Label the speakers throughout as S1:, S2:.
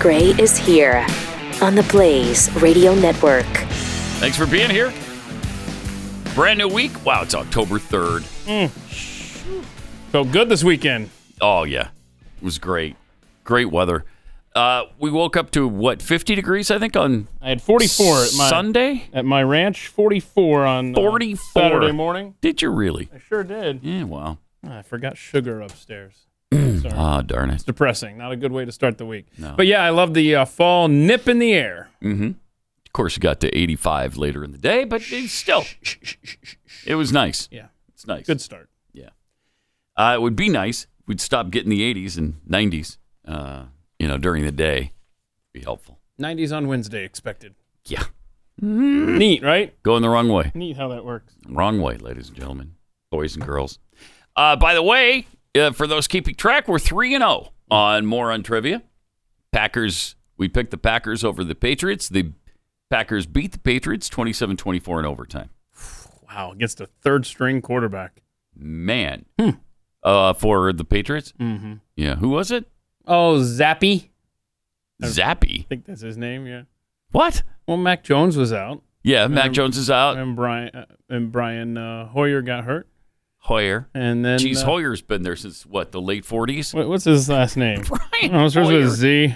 S1: Gray is here on the Blaze Radio Network.
S2: Thanks for being here. Brand new week. Wow, it's October 3rd.
S3: Mm. Felt good this weekend.
S2: Oh, yeah. It was great. Great weather. Uh, we woke up to what, 50 degrees, I think, on
S3: I had 44 at my
S2: Sunday?
S3: at my ranch. 44 on uh,
S2: 44.
S3: Saturday morning.
S2: Did you really?
S3: I sure did. Ah,
S2: Yeah, well.
S3: I forgot sugar upstairs.
S2: Ah, darn it.
S3: Depressing. Not a good way to start the week. But yeah, I love the uh, fall nip in the air.
S2: Mm-hmm. Of course, it got to 85 later in the day, but it's still, it was nice.
S3: Yeah,
S2: It's nice.
S3: good start.
S2: Uh, it would be nice. if We'd stop getting the 80s and 90s, uh, you know, during the day. Be helpful.
S3: 90s on Wednesday expected.
S2: Yeah. Mm-hmm.
S3: Neat, right?
S2: Going the wrong way.
S3: Neat how that works.
S2: Wrong way, ladies and gentlemen, boys and girls. Uh, by the way, uh, for those keeping track, we're 3 and 0 on more on trivia. Packers, we picked the Packers over the Patriots. The Packers beat the Patriots 27 24 in overtime.
S3: Wow, against a third string quarterback.
S2: Man.
S3: Hmm.
S2: Uh, for the Patriots? Mm-hmm. Yeah. Who was it?
S3: Oh, Zappy. I
S2: Zappy.
S3: think that's his name. Yeah.
S2: What?
S3: Well, Mac Jones was out,
S2: Yeah, Mac Jones is out.
S3: and Brian uh, and Brian uh, Hoyer got hurt,
S2: Hoyer.
S3: and then
S2: Geez,
S3: uh,
S2: Hoyer's been there since what, the late 40s?
S3: What, what's his last name? Oh,
S2: Brian
S3: I was first
S2: Hoyer
S3: with Z.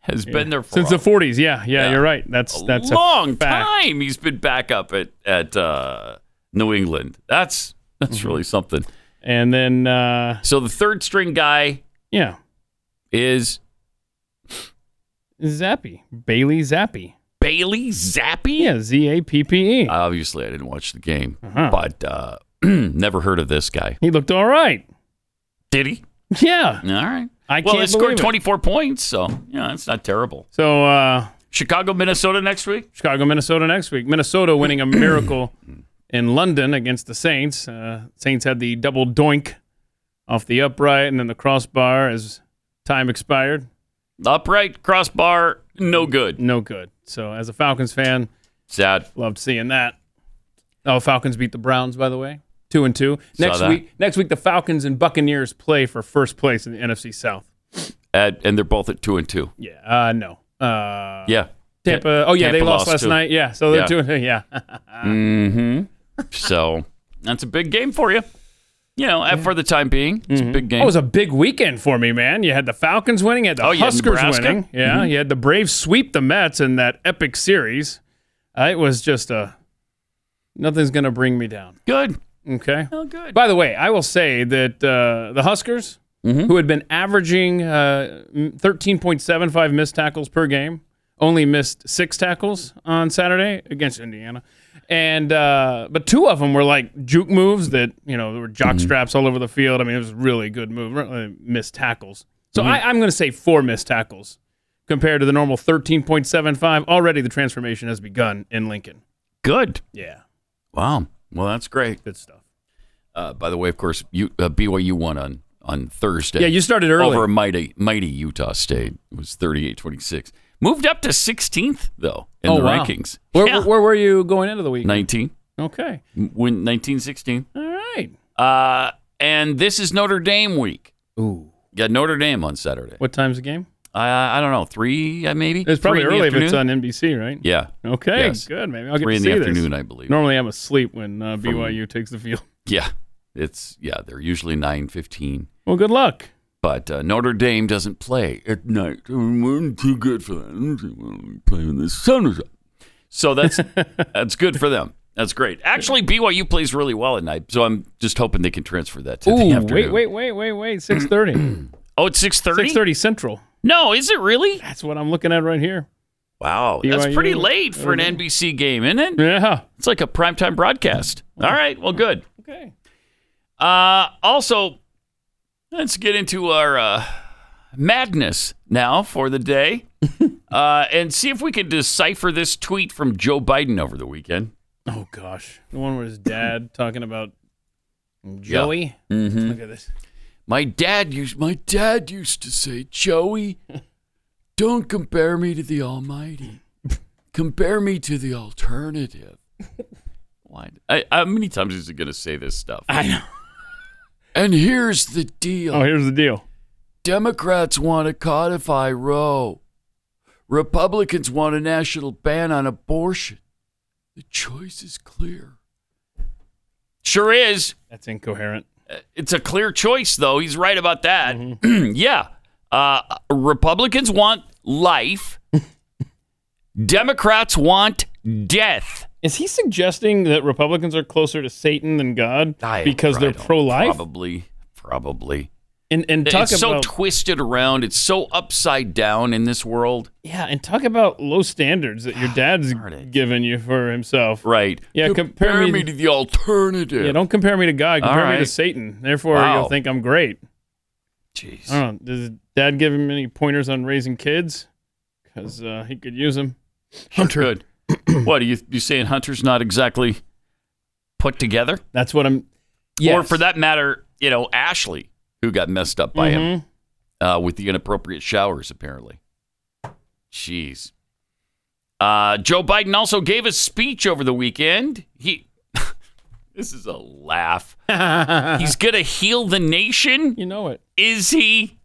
S2: has been there for
S3: Since
S2: a
S3: the 40s, yeah, yeah,
S2: Yeah.
S3: you're right. That's
S2: a
S3: that's
S2: long
S3: a fact.
S2: time he's been back up at at uh, New England. That's that's really something.
S3: Mm-hmm. And then, uh,
S2: So the third string guy
S3: yeah,
S2: is
S3: Zappy Bailey Zappy.
S2: Bailey Zappi.
S3: Yeah, Z A P P E.
S2: Obviously, I didn't watch the game,
S3: Uh-huh.
S2: but uh, never heard of this guy.
S3: He looked all right.
S2: Did he?
S3: Yeah.
S2: All right.
S3: I
S2: well,
S3: can't
S2: they scored
S3: believe it.
S2: 24 points, so yeah, it's not terrible.
S3: So uh,
S2: Chicago, Minnesota next week.
S3: Chicago, Minnesota next week. Minnesota winning a miracle in London against the Saints. Uh, Saints had the double doink off the upright and then the crossbar as time expired.
S2: Upright crossbar, no good.
S3: No good. So as a Falcons fan,
S2: Sad.
S3: Loved seeing that. Oh, Falcons beat the Browns, by the way. Two and two.
S2: Saw
S3: Next
S2: that.
S3: week, next week the Falcons and Buccaneers play for first place in the NFC South.
S2: At, and they're both at two and two.
S3: Yeah. Uh, no. Uh,
S2: Yeah.
S3: Tampa. Oh yeah, they
S2: Tampa
S3: lost, last
S2: too.
S3: night. Yeah. So they're
S2: Yeah.
S3: two and two. Yeah.
S2: Mm-hmm. So that's a big game for you. You know, for the time being, it's a big game.
S3: That Mm-hmm. Oh, was a big weekend for me, man. You had the Falcons winning, you had the
S2: Oh, you had
S3: Huskers
S2: Nebraska? Mm-hmm.
S3: winning. Yeah. You had the Braves sweep the Mets in that epic series. Uh, it was just a nothing's gonna bring me down.
S2: good.
S3: Okay.
S2: Oh, good.
S3: By the way, I will say that uh, the Huskers,
S2: Mm-hmm.
S3: who had been averaging uh, m- 13.75 missed tackles per game, only missed six tackles on Saturday against Indiana. And uh, but two of them were like juke moves that you know there were jock
S2: Mm-hmm.
S3: straps all over the field. I mean, it was really good move, really missed tackles. So
S2: Mm-hmm.
S3: I, I'm going to say four missed tackles compared to the normal 13.75. Already the transformation has begun in Lincoln.
S2: good.
S3: Yeah,
S2: Wow. Well, that's great.
S3: good stuff.
S2: Uh, by the way, of course, you, uh, BYU won on, on Thursday.
S3: Yeah, you started early.
S2: Over mighty, mighty Utah State. It was 38 26. Moved up to 16th, though, in
S3: Oh,
S2: the
S3: wow.
S2: rankings.
S3: Where,
S2: Yeah.
S3: where were you going into the week?
S2: 19.
S3: Okay.
S2: Win 19 16.
S3: All right.
S2: Uh, and this is Notre Dame week.
S3: Ooh.
S2: Got Notre Dame on Saturday.
S3: What time's the game?
S2: I I don't know, three, uh, maybe?
S3: It's probably
S2: Three in the
S3: early if it's
S2: afternoon?
S3: on NBC, right?
S2: Yeah.
S3: Okay.
S2: Yes.
S3: Good. Maybe I'll get
S2: Three
S3: to
S2: in
S3: see
S2: the afternoon,
S3: this.
S2: I believe.
S3: Normally I'm asleep when uh, BYU takes the field.
S2: Yeah, it's yeah. They're usually nine fifteen,
S3: Well, good luck.
S2: but uh, Notre Dame doesn't play at night. Um, We're too good for that. We're too- we're Playing the sun is up. So that's that's good for them. That's great. Actually, BYU plays really well at night, so I'm just hoping they can transfer that to the afternoon.
S3: wait, wait, wait, wait, wait. 6.30.
S2: Oh, it's six thirty.
S3: 6.30 Central.
S2: No, is it really?
S3: That's what I'm looking at right here.
S2: Wow, that's pretty
S3: BYU.
S2: late for an NBC game, isn't it?
S3: Mm-hmm. Yeah. Mm-hmm.
S2: It's like a primetime broadcast. All right, well, good.
S3: Okay.
S2: Uh, also, let's get into our uh, madness now for the day uh, and see if we can decipher this tweet from Joe Biden over the weekend.
S3: Oh, gosh. The one where his dad talking about Joey.
S2: Mm-hmm.
S3: Look at this.
S2: My dad used my dad used to say, Joey, don't compare me to the Almighty. Compare me to the alternative. Why? I, how many times is he going to say this stuff?
S3: I know.
S2: And here's the deal.
S3: Oh, here's the deal.
S2: Democrats want to codify Roe. Republicans want a national ban on abortion. The choice is clear. Sure is. Uh,
S3: That's incoherent.
S2: It's a clear choice, though. He's right about that.
S3: Mm-hmm.
S2: yeah. Uh, Republicans want life, Democrats want death.
S3: Is he suggesting that Republicans are closer to Satan than God
S2: I-
S3: because
S2: I
S3: they're
S2: don't-
S3: pro life?
S2: Probably. Probably.
S3: And, and talk
S2: it's
S3: about
S2: so twisted around. It's so upside down in this world.
S3: yeah, and talk about low standards that your dad's
S2: Darn it.
S3: given you for himself.
S2: Right.
S3: Yeah, compare me-
S2: to the alternative.
S3: Yeah, don't compare me to God. Compare me to
S2: right.
S3: Satan. Therefore,
S2: Wow.
S3: you'll think I'm great.
S2: Jeez.
S3: I don't know. Does Dad give him any pointers on raising kids? Because uh, he could use them.
S2: Hunter. Good. what are you you saying? Hunter's not exactly put together,
S3: That's what I'm.
S2: or
S3: Yes.
S2: for that matter, you know Ashley, who got messed up by him
S3: Mm-hmm.
S2: uh, with the inappropriate showers, apparently. Jeez. Uh, Joe Biden also gave a speech over the weekend. He, this is a laugh. He's gonna heal the nation.
S3: You know it.
S2: Is he?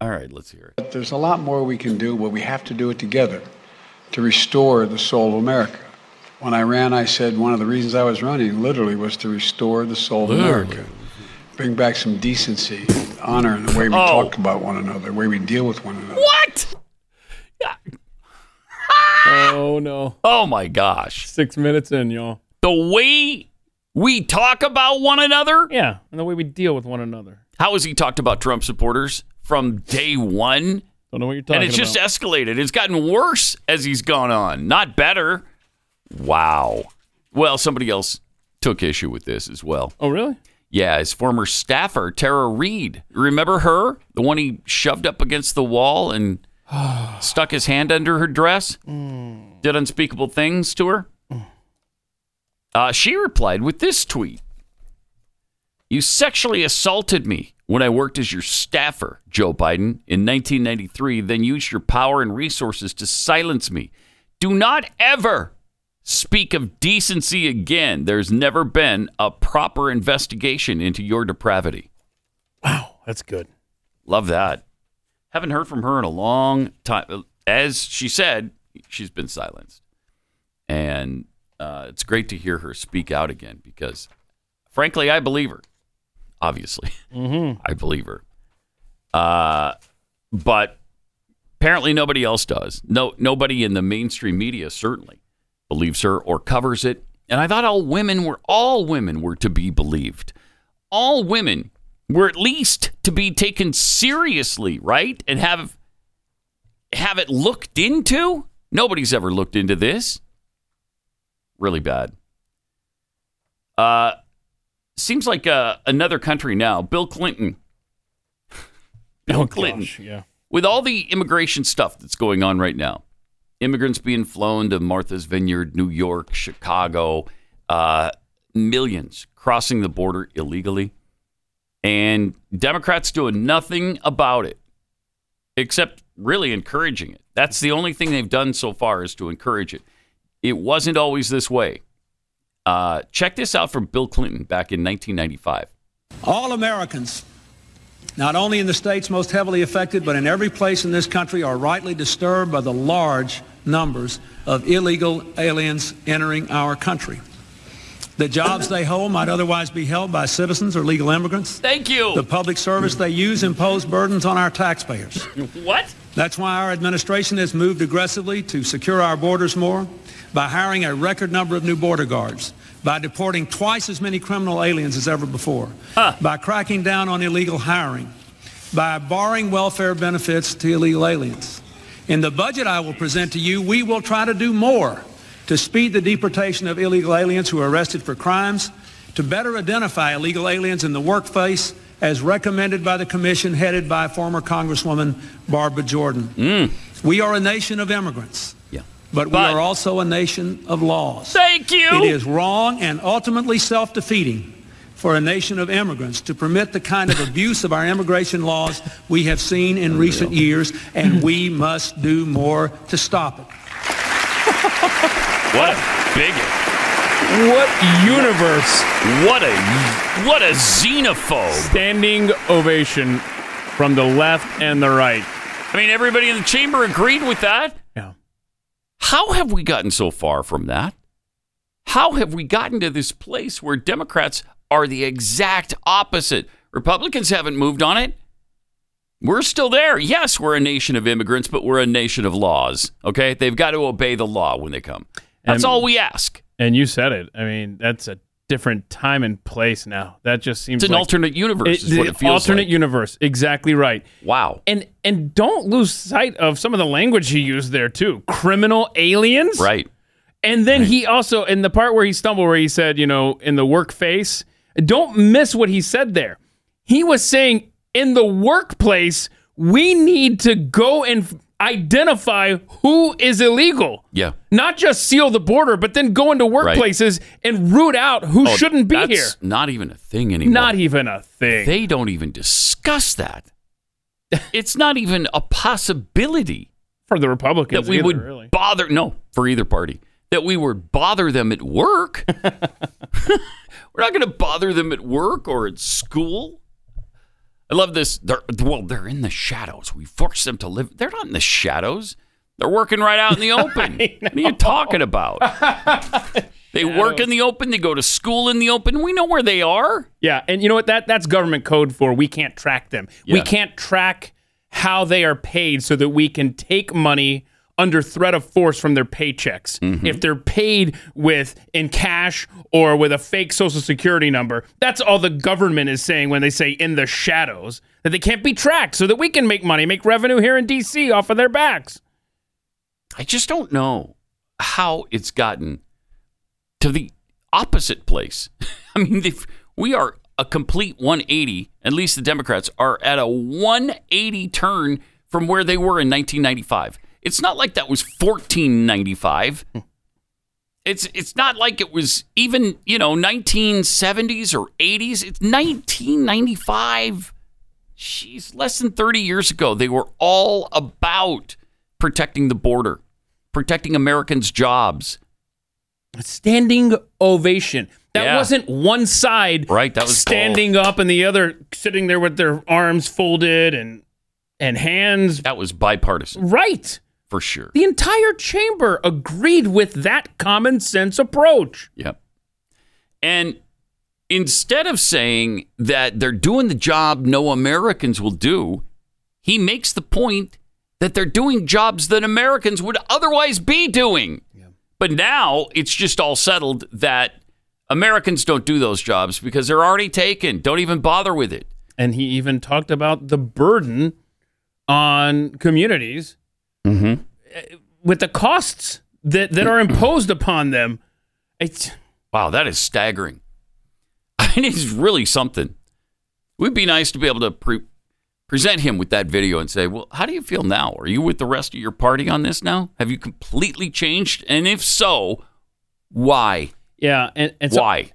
S2: All right, let's hear it.
S4: There's a lot more we can do, but we have to do it together to restore the soul of America. When I ran, I said one of the reasons I was running literally was to restore the soul of America. Bring back some decency, and honor in the way we
S2: Oh.
S4: talk about one another, the way we deal with one another.
S2: What?
S3: Oh no!
S2: Oh my gosh.
S3: Six minutes in, y'all.
S2: The way we talk about one another.
S3: Yeah, and the way we deal with one another.
S2: How has he talked about Trump supporters from day one?
S3: Don't know what you're talking
S2: and it's
S3: about.
S2: just escalated. It's gotten worse as he's gone on, not better. Wow. Well, somebody else took issue with this as well.
S3: oh really?
S2: Yeah, his former staffer, Tara Reid. Remember her? The one he shoved up against the wall and stuck his hand under her dress?
S3: Hmm.
S2: Did unspeakable things to her? Uh, she replied with this tweet You sexually assaulted me when I worked as your staffer, Joe Biden, in 1993, then used your power and resources to silence me. Do not ever Speak of decency again. There's never been a proper investigation into your depravity.
S3: Wow, that's good.
S2: Love that. Haven't heard from her in a long time. As she said, she's been silenced. And uh, it's great to hear her speak out again because, frankly, I believe her. Obviously, I believe her. Uh, but apparently, nobody else does. No, nobody in the mainstream media certainly believes her or covers it. And I thought all women were all women were to be believed. All women were at least to be taken seriously, right? And have have it looked into? Nobody's ever looked into this. Really bad. Uh seems like uh, another country now. Bill Clinton Bill
S3: oh,
S2: Clinton.
S3: gosh, yeah.
S2: with all the immigration stuff that's going on right now, immigrants being flown to Martha's Vineyard, New York, Chicago, uh, millions crossing the border illegally, and Democrats doing nothing about it except really encouraging it. That's the only thing they've done so far is to encourage it. It wasn't always this way. Uh, check this out from Bill Clinton back in 1995.
S5: All Americans, not only in the states most heavily affected, but in every place in this country, are rightly disturbed by the large numbers of illegal aliens entering our country. The jobs they hold might otherwise be held by citizens or legal immigrants.
S2: Thank you.
S5: The public service they use impose burdens on our taxpayers.
S2: what?
S5: That's why our administration has moved aggressively to secure our borders more by hiring a record number of new border guards, by deporting twice as many criminal aliens as ever before, by cracking down on illegal hiring, by barring welfare benefits to illegal aliens. In the budget I will present to you, we will try to do more to speed the deportation of illegal aliens who are arrested for crimes, to better identify illegal aliens in the workplace, as recommended by the commission headed by former Congresswoman Barbara Jordan. We are a nation of immigrants,
S2: Mm. Yeah.
S5: but,
S2: But-
S5: we are also a nation of laws.
S2: Thank you.
S5: It is wrong and ultimately self-defeating for a nation of immigrants to permit the kind of abuse of our immigration laws we have seen in recent years, and we must do more to stop it.
S2: What a bigot.
S3: What universe?
S2: What a what a xenophobe!
S3: Standing ovation from the left and the right.
S2: I mean, everybody in the chamber agreed with that. How have we gotten so far from that? How have we gotten to this place where Democrats are the exact opposite? Republicans haven't moved on it. We're still there. Yes, we're a nation of immigrants, but we're a nation of laws. Okay? They've got to obey the law when they come. That's
S3: And-
S2: all we ask.
S3: And you said it. I mean, that's a different time and place now. That just seems
S2: It's an
S3: like
S2: alternate universe, is
S3: It-
S2: what it feels
S3: alternate
S2: like.
S3: universe. Exactly right.
S2: wow.
S3: And and don't lose sight of some of the language he used there too. Criminal aliens.
S2: Right.
S3: And then he also in the part where he stumbled where he said, you know, in the workface, don't miss what he said there. He was saying in the workplace, we need to go and f- identify who is illegal.
S2: Yeah.
S3: Not just seal the border, but then go into workplaces and root out who
S2: Oh,
S3: shouldn't be
S2: that's
S3: here.
S2: Not even a thing anymore.
S3: Not even a thing.
S2: they don't even discuss that. It's not even a possibility
S3: for the Republicans
S2: that we
S3: either,
S2: would
S3: really.
S2: bother. No, for either party, that we would bother them at work. We're not going to bother them at work or at school. I love this. They're, well, they're in the shadows. We force them to live. They're not in the shadows. They're working right out in the open. what are you talking about? they work in the open. They go to school in the open. We know where they are.
S3: Yeah, and you know what? That that's government code for we can't track them. We
S2: Yeah.
S3: can't track how they are paid, so that we can take money under threat of force from their paychecks.
S2: Mm-hmm.
S3: If they're paid with in cash or with a fake social security number, that's all the government is saying when they say in the shadows that they can't be tracked, so that we can make money, make revenue here in D.C. off of their backs.
S2: I just don't know how it's gotten to the opposite place. I mean, if we are a complete 180, at least the Democrats are at a 180 turn from where they were in 1995. It's not like that was 1495.
S3: Hmm.
S2: It's it's not like it was even, you know, 1970s or 80s. It's 1995. Jeez, less than 30 years ago, they were all about protecting the border, protecting Americans' jobs.
S3: standing ovation. That
S2: Yeah.
S3: wasn't one side
S2: Right, that was
S3: standing up and the other sitting there with their arms folded and and hands
S2: That was bipartisan
S3: right.
S2: for sure.
S3: The entire chamber agreed with that common sense approach.
S2: Yep. And instead of saying that they're doing the job no Americans will do, he makes the point that they're doing jobs that Americans would otherwise be doing. But now it's just all settled that Americans don't do those jobs because they're already taken. Don't even bother with it.
S3: And he even talked about the burden on communities
S2: Mm-hmm.
S3: with the costs that, that are imposed upon them. It's
S2: Wow, that is staggering. I mean, it's really something. It would be nice to be able to pre- present him with that video and say, well, how do you feel now? Are you with the rest of your party on this now? Have you completely changed? And if so, why?
S3: yeah, and, and so
S2: why?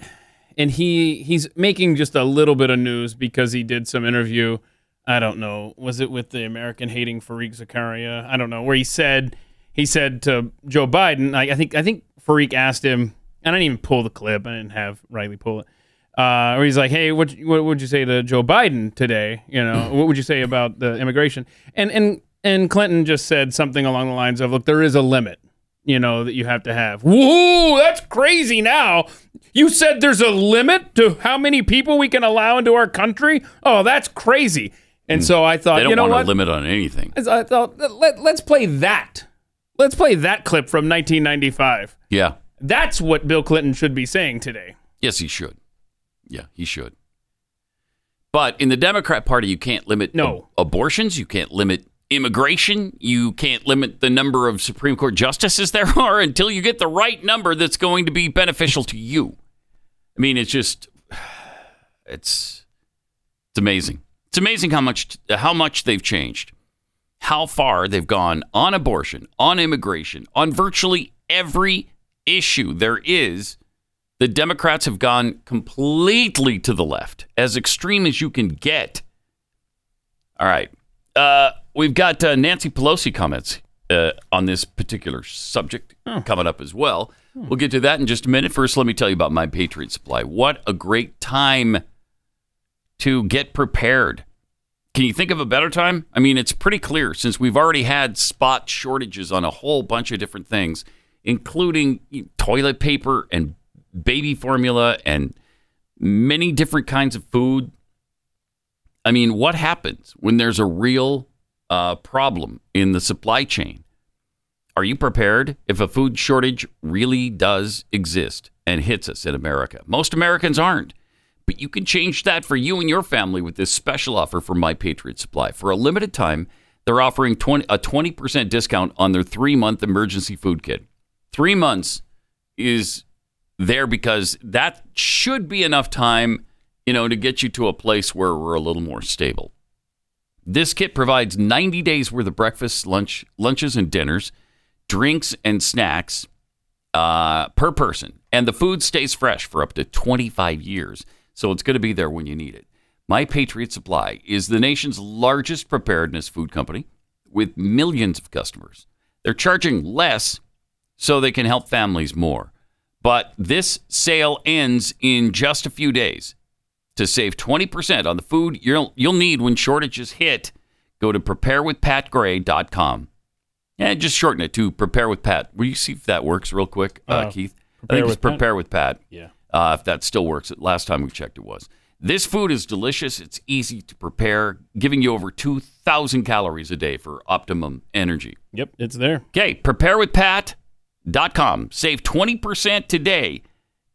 S3: and he he's making just a little bit of news because he did some interview. I don't know, was it with the American hating Fareek Zakaria? I don't know where he said he said to Joe Biden. I, I think I think Fareek asked him. I didn't even pull the clip. I didn't have Riley pull it. Uh, where he's like, "Hey, what what would you say to Joe Biden today? You know, what would you say about the immigration?" And and and Clinton just said something along the lines of, "Look, there is a limit." you know, that you have to have. Woo, that's crazy now. You said there's a limit to how many people we can allow into our country? Oh, that's crazy. And so I thought,
S2: They don't
S3: you know
S2: want
S3: what?
S2: a limit on anything.
S3: I thought, let, let's play that. Let's play that clip from 1995.
S2: Yeah.
S3: That's what Bill Clinton should be saying today.
S2: Yes, he should. Yeah, he should. But in the Democrat Party, you can't limit
S3: No.
S2: ab- abortions. You can't limit immigration. You can't limit the number of Supreme Court justices there are until you get the right number that's going to be beneficial to you. I mean, it's just, it's, it's amazing. It's amazing how much how much they've changed, how far they've gone on abortion, on immigration, on virtually every issue there is the Democrats have gone completely to the left, as extreme as you can get. All right. Uh, we've got uh, Nancy Pelosi comments uh, on this particular subject coming up as well. We'll get to that in just a minute. First, let me tell you about My Patriot Supply. What a great time to get prepared Can you think of a better time? I mean, it's pretty clear since we've already had spot shortages on a whole bunch of different things, including toilet paper and baby formula and many different kinds of food. I mean, what happens when there's a real uh, problem in the supply chain? Are you prepared if a food shortage really does exist and hits us in America? Most Americans aren't. But you can change that for you and your family with this special offer from My Patriot Supply. For a limited time, they're offering 20, a 20% discount on their three month emergency food kit. Three months is there because that should be enough time, you know, to get you to a place where we're a little more stable. This kit provides 90 days worth of breakfasts, lunch, lunches, and dinners, drinks, and snacks uh, per person, and the food stays fresh for up to 25 years. So it's going to be there when you need it. My Patriot Supply is the nation's largest preparedness food company with millions of customers. They're charging less so they can help families more. But this sale ends in just a few days. To save 20% on the food you'll, you'll need when shortages hit, go to preparewithpatgray.com. And just shorten it to prepare with Pat. Will you see if that works real quick, uh,
S3: Oh,
S2: Keith? I
S3: Prepare
S2: think it's
S3: with Pat?
S2: prepare with Pat.
S3: Yeah.
S2: Uh, if that still works. Last time we checked, it was. This food is delicious. It's easy to prepare, giving you over 2,000 calories a day for optimum energy.
S3: Yep, it's there.
S2: Okay, preparewithpat.com. Save 20% today.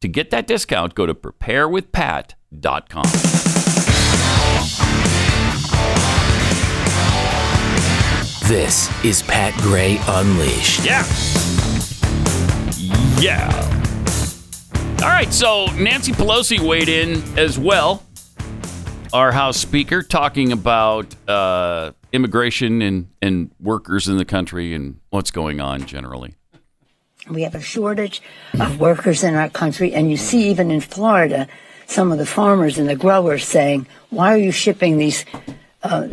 S2: To get that discount, go to preparewithpat.com.
S6: This is Pat Gray Unleashed.
S2: Yeah. Yeah. All right, so Nancy Pelosi weighed in as well, our House Speaker, talking about uh, immigration and, and workers in the country and what's going on generally.
S7: We have a shortage of workers in our country, and you see even in Florida, some of the farmers and the growers saying, "Why are you shipping these uh,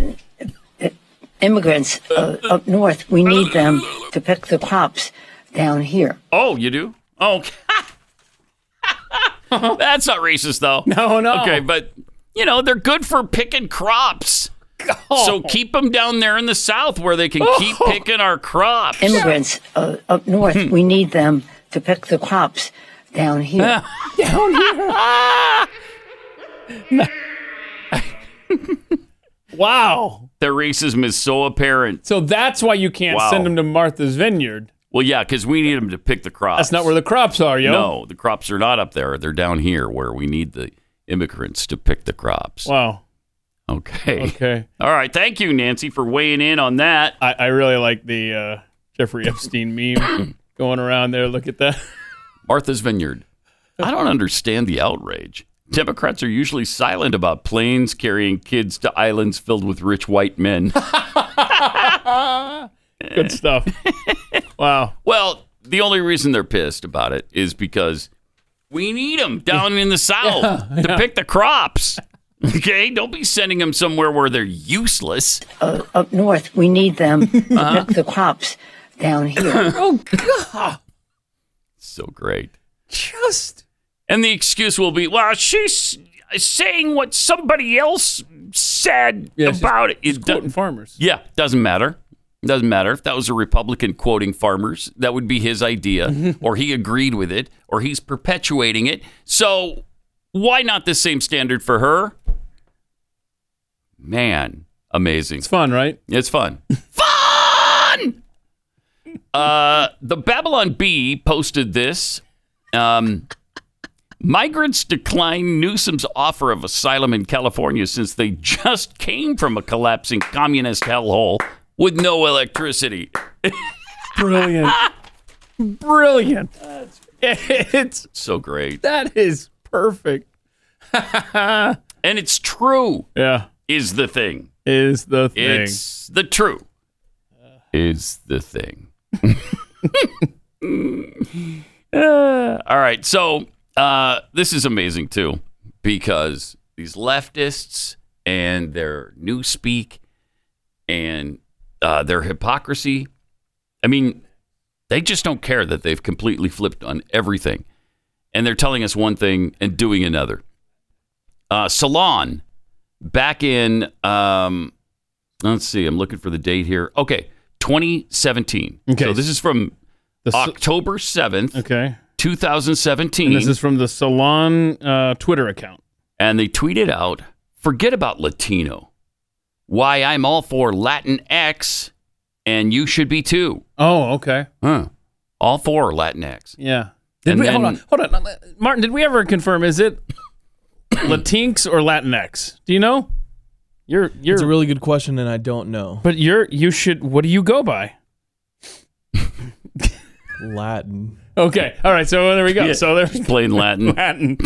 S7: immigrants uh, up north? We need them to pick the crops down here."
S2: Oh, you do? Oh, that's not racist, though.
S3: No, no.
S2: Okay, but you know they're good for picking crops.
S3: Oh.
S2: So keep them down there in the South where they can keep picking our crops.
S7: Immigrants uh, up north, we need them to pick the crops down here.
S3: Wow.
S2: Their racism is so apparent.
S3: So that's why you can't
S2: Wow.
S3: send them to Martha's Vineyard.
S2: Well, yeah, because we need them to pick the crops.
S3: That's not where the crops are, yo.
S2: No, the crops are not up there. They're down here where we need the immigrants to pick the crops.
S3: Wow.
S2: Okay.
S3: Okay.
S2: All right. Thank you, Nancy, for weighing in on that.
S3: I, I really like the uh, Jeffrey Epstein meme going around there. Look at that.
S2: Martha's Vineyard. I don't understand the outrage. Democrats are usually silent about planes carrying kids to islands filled with rich white men.
S3: Good stuff. wow.
S2: well, the only reason they're pissed about it is because we need them down in the South to pick the crops. Okay, don't be sending them somewhere where they're useless.
S7: Uh, up north, we need them to pick the crops down here.
S2: So great.
S3: Just.
S2: And the excuse will be, well, she's saying what somebody else said
S3: Yeah, she's-
S2: about it. It do-
S3: Quoting farmers.
S2: Yeah, doesn't matter. Doesn't matter if that was a Republican quoting farmers. That would be his idea, or he agreed with it, or he's perpetuating it. So why not the same standard for her? Man, amazing.
S3: It's fun, right?
S2: It's fun. fun! Uh, the Babylon Bee posted this. Um, migrants decline Newsom's offer of asylum in California since they just came from a collapsing communist hellhole with no electricity.
S3: Brilliant. Brilliant. It's
S2: So great.
S3: that is perfect.
S2: And it's true,
S3: Yeah.
S2: is the thing.
S3: Is the thing.
S2: It's the true. Is the thing. Uh, all right. So uh, this is amazing too, because these leftists and their newspeak and uh, their hypocrisy. I mean, they just don't care that they've completely flipped on everything, and they're telling us one thing and doing another. Uh, Salon back in um, Let's see. I'm looking for the date here. Okay, 2017.
S3: Okay.
S2: So this is from
S3: The s-
S2: October 7th,
S3: Okay.
S2: 2017.
S3: And this is from the Salon uh, Twitter account.
S2: and they tweeted out, "Forget about Latino. Why I'm all for Latin X, and you should be too."
S3: Oh, okay.
S2: Huh? All for Latinx.
S3: Yeah. Did
S2: And
S3: we,
S2: then-
S3: hold on, hold on, Martin? Did we ever confirm? Is it Latinx or Latinx? Do you know? You're you're
S8: It's a really good question, and I don't know.
S3: but you're you should. What do you go by?
S8: Latin.
S3: Okay. All right. So there we go. So there's
S2: Plain Latin.
S3: Latin.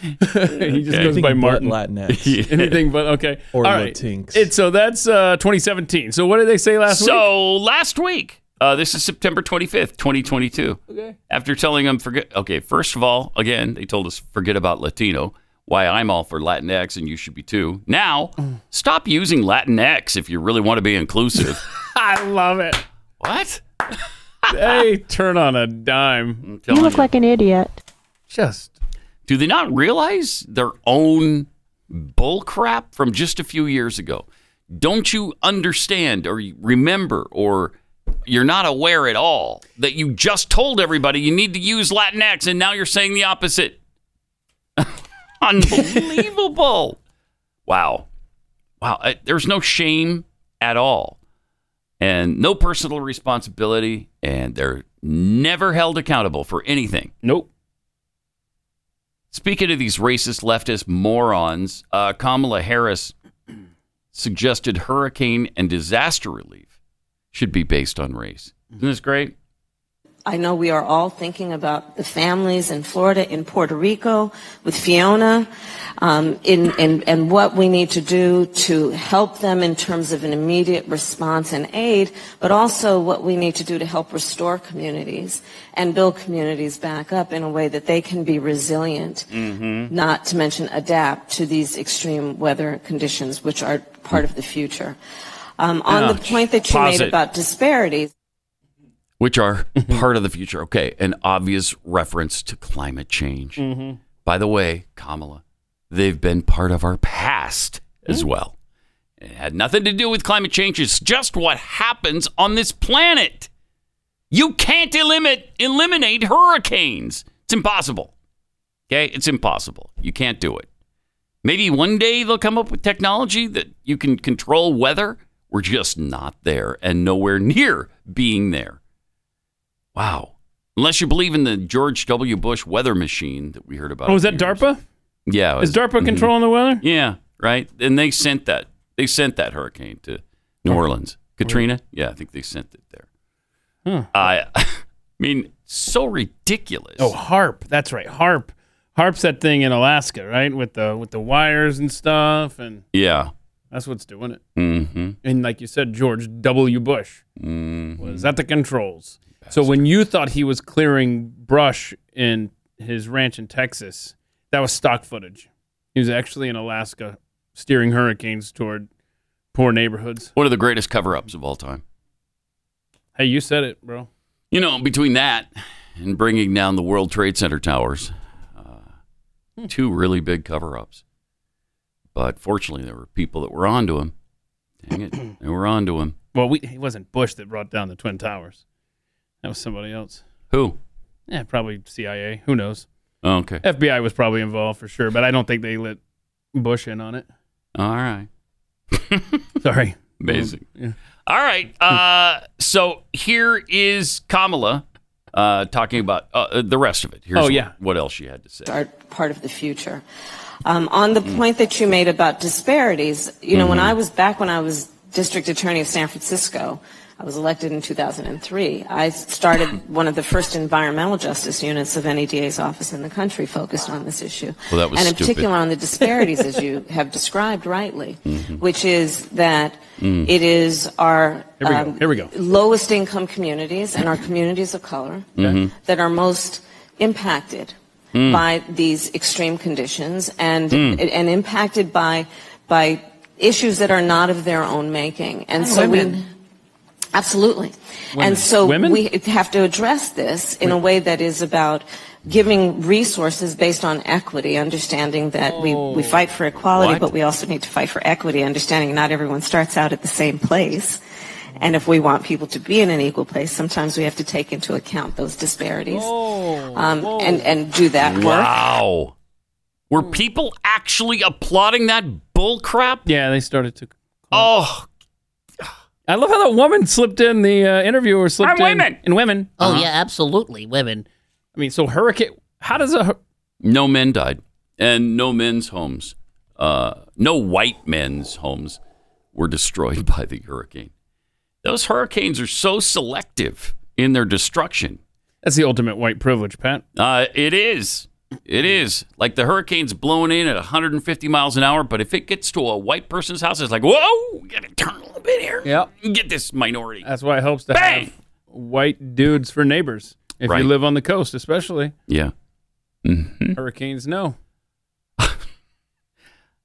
S3: he just goes
S8: Anything
S3: by
S8: but
S3: Martin.
S8: Latinx.
S3: Anything but okay.
S8: Or
S3: All right.
S8: Latinx.
S3: It's so that's uh, 2017. So what did they say last week?
S2: So last week, uh, this is September 25th, 2022. Okay. After telling them, forget, okay, first of all, again, they told us, forget about Latino, why I'm all for Latinx and you should be too. Now, stop using Latinx if you really want to be inclusive.
S3: I love it.
S2: what?
S3: They turn on a dime.
S2: I'm telling you.
S9: an idiot.
S3: Just
S2: Do they not realize their own bull crap from just a few years ago? Don't you understand or remember or you're not aware at all that you just told everybody you need to use Latinx and now you're saying the opposite? Unbelievable. wow. Wow. Uh, There's no shame at all and no personal responsibility, and they're never held accountable for anything.
S3: nope.
S2: Speaking of these racist leftist morons, uh, Kamala Harris suggested hurricane and disaster relief should be based on race. Isn't this great?
S10: I know we are all thinking about the families in Florida, in Puerto Rico, with Fiona, um, in, in, and what we need to do to help them in terms of an immediate response and aid, but also what we need to do to help restore communities and build communities back up in a way that they can be resilient, not to mention adapt to these extreme weather conditions, which are part of the future. Um, on the
S2: Ouch.
S10: point that you
S2: Pause
S10: made
S2: it.
S10: about disparities,
S2: Which are part of the future. Okay, an obvious reference to climate change.
S3: Mm-hmm.
S2: By the way, Kamala, they've been part of our past as
S3: Hmm.
S2: well. It had nothing to do with climate change. It's just what happens on this planet. You can't eliminate eliminate hurricanes. It's impossible. Okay, it's impossible. You can't do it. Maybe one day they'll come up with technology that you can control weather. We're just not there and nowhere near being there. Wow. Unless you believe in the George W. Bush weather machine that we heard about.
S3: Oh, is
S2: a
S3: that
S2: few years-
S3: DARPA?
S2: Yeah. it
S3: Is
S2: was-
S3: DARPA controlling the weather?
S2: yeah, right. And they sent that. They sent that hurricane to New Orleans. Katrina. Yeah, I think they sent it there. I, I mean, so ridiculous.
S3: Oh, harp. That's right. Harp. Harp's that thing in Alaska, right? With the with the wires and stuff, and
S2: yeah.
S3: that's what's doing it.
S2: Mm-hmm.
S3: And like you said, George W. Bush was at the controls. So when you thought he was clearing brush in his ranch in Texas, that was stock footage. He was actually in Alaska steering hurricanes toward poor neighborhoods.
S2: One of the greatest cover-ups of all time.
S3: Hey, you said it, bro.
S2: You know, between that and bringing down the World Trade Center towers,
S3: Hmm.
S2: uh, two really big cover ups. But fortunately, there were people that were onto him. Dang it. they were onto him.
S3: Well, we, it wasn't Bush that brought down the Twin Towers. That was somebody else.
S2: Who?
S3: Yeah, probably CIA. Who knows?
S2: Oh, okay.
S3: FBI was probably involved for sure, but I don't think they let Bush in on it.
S2: All right.
S3: Sorry.
S2: Amazing.
S3: Yeah.
S2: All right. Uh, so here is Kamala uh, talking about uh, the rest of it. Here's
S3: Oh, yeah.
S2: what, what else she had to say.
S10: are part of the future. Um, on the
S3: Mm.
S10: point that you made about disparities, you know, when
S3: Mm-hmm.
S10: I was back when I was district attorney of San Francisco, I was elected in 2003. I started one of the first environmental justice units of any DA's office in the country focused on this issue.
S2: Well, that was
S10: and in
S2: stupid.
S10: particular on the disparities as you have described rightly,
S3: Mm-hmm.
S10: which is that it is our
S3: Mm.
S10: um,
S3: Here we go. Here we go.
S10: lowest income communities and our communities of color that are most impacted
S3: Hmm.
S10: by these extreme conditions and and impacted by by issues that are not of their own making. And so we Absolutely.
S3: Oh, Women.
S10: And so
S3: Women?
S10: we have to address this in a way that is about giving resources based on equity, understanding that
S3: Oh.
S10: we, we fight for equality,
S2: What?
S10: but we also need to fight for equity, understanding not everyone starts out at the same place. And if we want people to be in an equal place, sometimes we have to take into account those disparities um, and, and do that work.
S2: Wow. Were people actually applauding that bull crap?
S3: Yeah, they started to.
S2: Oh,
S3: I love how that woman slipped in the uh, interviewer slipped
S2: I'm
S3: in.
S2: women.
S3: And women.
S9: Oh
S2: Uh-huh.
S9: yeah, absolutely, women.
S3: I mean, so hurricane. How does a hur-
S2: no men died, and no men's homes, uh, no white men's homes were destroyed by the hurricane. Those hurricanes are so selective in their destruction.
S3: that's the ultimate white privilege, Pat?
S2: Uh, it is. It is. Like the hurricane's blowing in at 150 miles an hour, but if it gets to a white person's house, it's like, whoa, we gotta turn a little bit here.
S3: Yep.
S2: Get this minority.
S3: That's why it helps to
S2: Bang!
S3: have white dudes for neighbors. If
S2: Right. Hmm.
S3: you live on the coast, especially
S2: Yeah.
S3: hurricanes, no.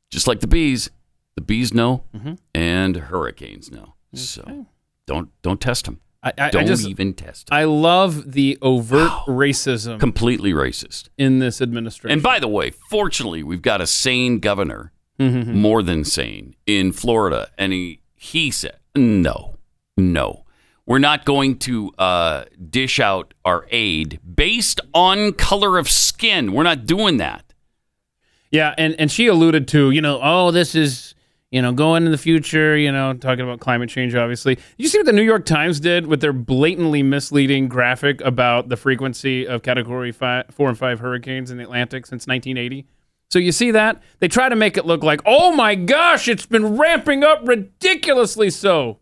S2: Just like the bees. The bees know
S3: Mm-hmm.
S2: and hurricanes know. So don't don't test them.
S3: I, I,
S2: Don't
S3: I just
S2: even test 'em.
S3: I love the overt racism
S2: Completely racist.
S3: in this administration.
S2: And by the way, fortunately, we've got a sane governor,
S3: Mm-hmm.
S2: more than sane, in Florida. And he, he said, no, no. We're not going to uh, dish out our aid based on color of skin. We're not doing that.
S3: yeah, and and she alluded to you know oh this is you know going in the future you know talking about climate change obviously. Did you see what the New York Times did with their blatantly misleading graphic about the frequency of Category five, four and five hurricanes in the Atlantic since 1980? So you see that they try to make it look like oh my gosh it's been ramping up ridiculously so.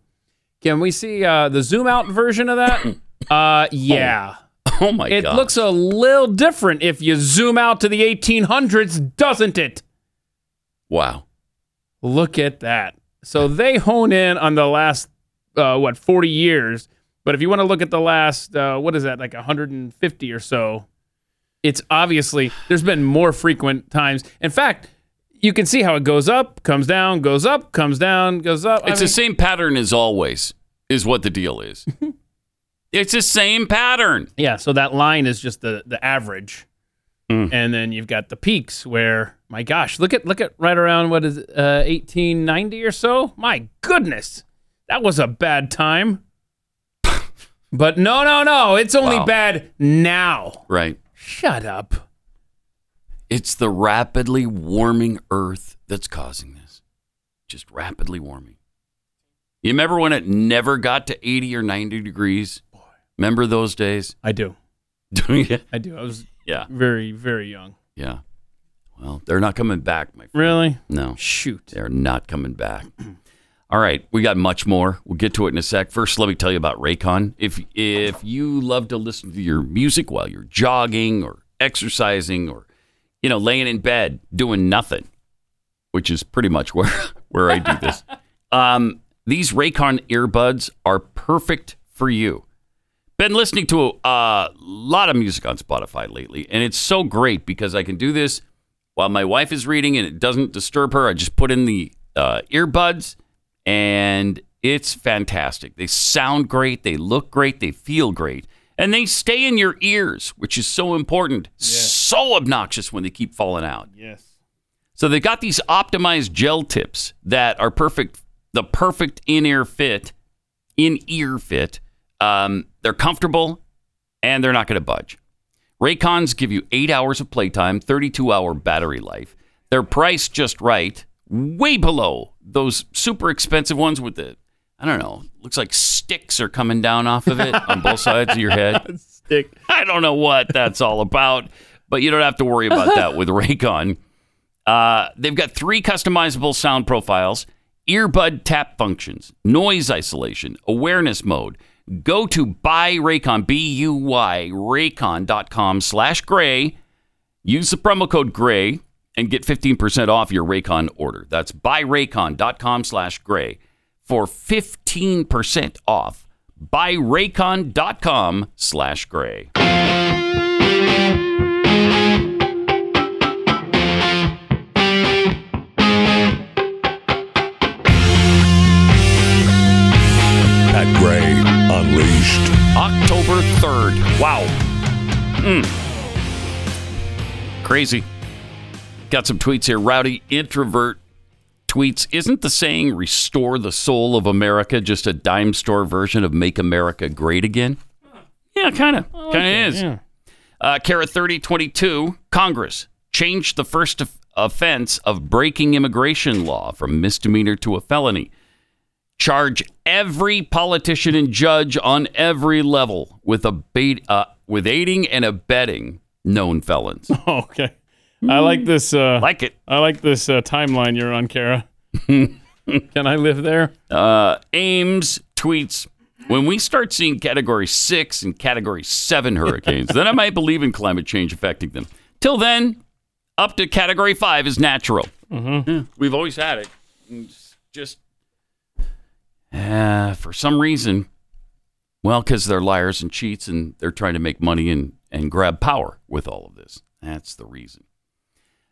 S3: Can we see uh, the zoom out version of that? uh, yeah.
S2: Oh my
S3: It
S2: God.
S3: looks a little different if you zoom out to the 1800s, doesn't it?
S2: wow.
S3: Look at that. So they hone in on the last, uh, what, 40 years. But if you want to look at the last, uh, what is that, like 150 or so, it's obviously, there's been more frequent times. In fact, you can see how it goes up, comes down, goes up, comes down, goes up. I
S2: It's the
S3: mean,
S2: same pattern as always, is what the deal is. it's the same pattern.
S3: yeah, so that line is just the, the average.
S2: Mm.
S3: And then you've got the peaks where, my gosh, look at look at right around what is it, uh, 1890 or so. My goodness, that was a bad time. but no, no, no, it's only
S2: Wow.
S3: bad now.
S2: Right.
S3: Shut up.
S2: It's the rapidly warming Earth that's causing this. Just rapidly warming. You remember when it never got to 80 or 90 degrees? Remember those days?
S3: I do,
S2: yeah.
S3: I do. I was
S2: Yeah.
S3: very, very young.
S2: Yeah. Well, they're not coming back, my friend.
S3: Really?
S2: No,
S3: Shoot.
S2: they're not coming back. All right, we got much more. We'll get to it in a sec. First, let me tell you about Raycon. If if you love to listen to your music while you're jogging or exercising or you know, laying in bed doing nothing, which is pretty much where where I do this. um, these Raycon earbuds are perfect for you. Been listening to a uh, lot of music on Spotify lately, and it's so great because I can do this while my wife is reading and it doesn't disturb her. I just put in the uh, earbuds, and it's fantastic. They sound great, they look great, they feel great, and they stay in your ears, which is so important. So obnoxious when they keep falling out.
S3: Yes.
S2: So they've got these optimized gel tips that are perfect, the perfect in-ear fit, in-ear fit. Um, they're comfortable and they're not going to budge. Raycons give you eight hours of playtime, 32-hour battery life. They're priced just right, way below those super expensive ones with the, I don't know, looks like sticks are coming down off of it on both sides of your head.
S3: Stick.
S2: I don't know what that's all about, but you don't have to worry about that with Raycon. Uh, they've got three customizable sound profiles, earbud tap functions, noise isolation, awareness mode. Go to buy Raycon, B-U-Y, raycon.com slash gray. Use the promo code gray and get 15% off your Raycon order. That's buyraycon.com slash gray for 15% off. Buyraycon.com slash gray.
S11: Pat Gray
S2: Hmm. Crazy. Got some tweets here. Rowdy introvert tweets. Isn't the saying restore the soul of America just a dime store version of make America great again? Yeah, kind of.
S3: Oh,
S2: Kind of is. Uh, Kara 3022, Congress changed the first of- offense of breaking immigration law from misdemeanor to a felony. Charge every politician and judge on every level with a bait, uh, with aiding and abetting known felons.
S3: okay. I like this. Uh,
S2: like it.
S3: I like this uh, timeline you're on, Kara. Can I live there?
S2: Uh, Ames tweets When we start seeing category six and category seven hurricanes, then I might believe in climate change affecting them. Till then, up to category five is natural.
S3: Mm-hmm.
S2: We've always had it. It's Just uh, for some reason, well, because they're liars and cheats and they're trying to make money and, and grab power with all of this. That's the reason.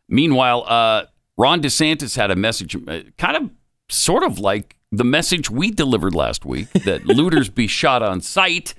S2: Meanwhile, uh, Ron DeSantis had a message, uh, kind of, sort of like the message we delivered last week that looters be shot on sight.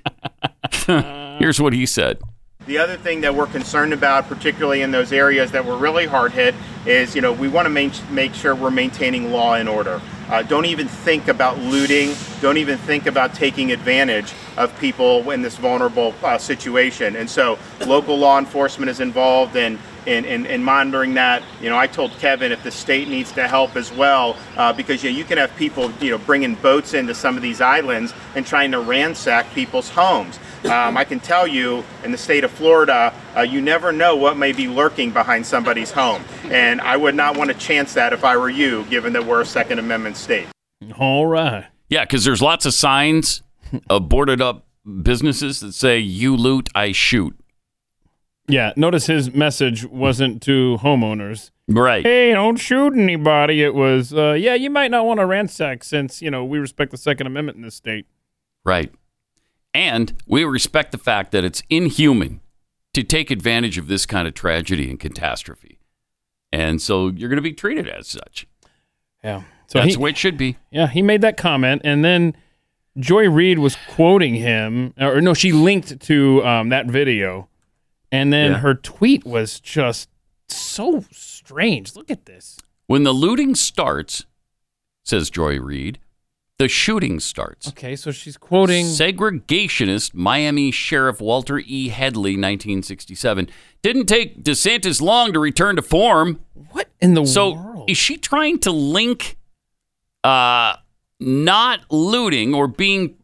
S2: Here's what he said.
S11: The other thing that we're concerned about, particularly in those areas that were really hard hit, is you know we want to main- make sure we're maintaining law and order. Uh, don't even think about looting. Don't even think about taking advantage of people in this vulnerable uh, situation. And so local law enforcement is involved in. in in in monitoring that, you know, I told Kevin if the state needs to help as well, uh, because you, know, you can have people, you know, bringing boats into some of these islands and trying to ransack people's homes. Um, I can tell you, in the state of Florida, uh, you never know what may be lurking behind somebody's home. And I would not want to chance that if I were you, given that we're a Second Amendment state.
S3: All right.
S2: Yeah, because there's lots of signs of boarded up businesses that say, you loot, I shoot.
S3: Yeah. Notice his message wasn't to homeowners.
S2: Right.
S3: Hey, don't shoot anybody. It was, uh, yeah, you might not want to ransack since, you know, we respect the Second Amendment in this state.
S2: Right. And we respect the fact that it's inhuman to take advantage of this kind of tragedy and catastrophe. And so you're going to be treated as such.
S3: Yeah.
S2: That's
S3: he-
S2: the way it should be.
S3: Yeah, he made that comment, and then Joy Reid was quoting him, or no, she linked to um, that video, and then
S2: Yeah.
S3: her tweet was just so strange. Look at this.
S2: When the looting starts, says Joy Reid, the shooting starts.
S3: Okay, so she's quoting.
S2: Segregationist Miami Sheriff Walter E. Headley, 1967. Didn't take DeSantis long to return to form.
S3: What in the
S2: so is she trying to link uh, not looting or being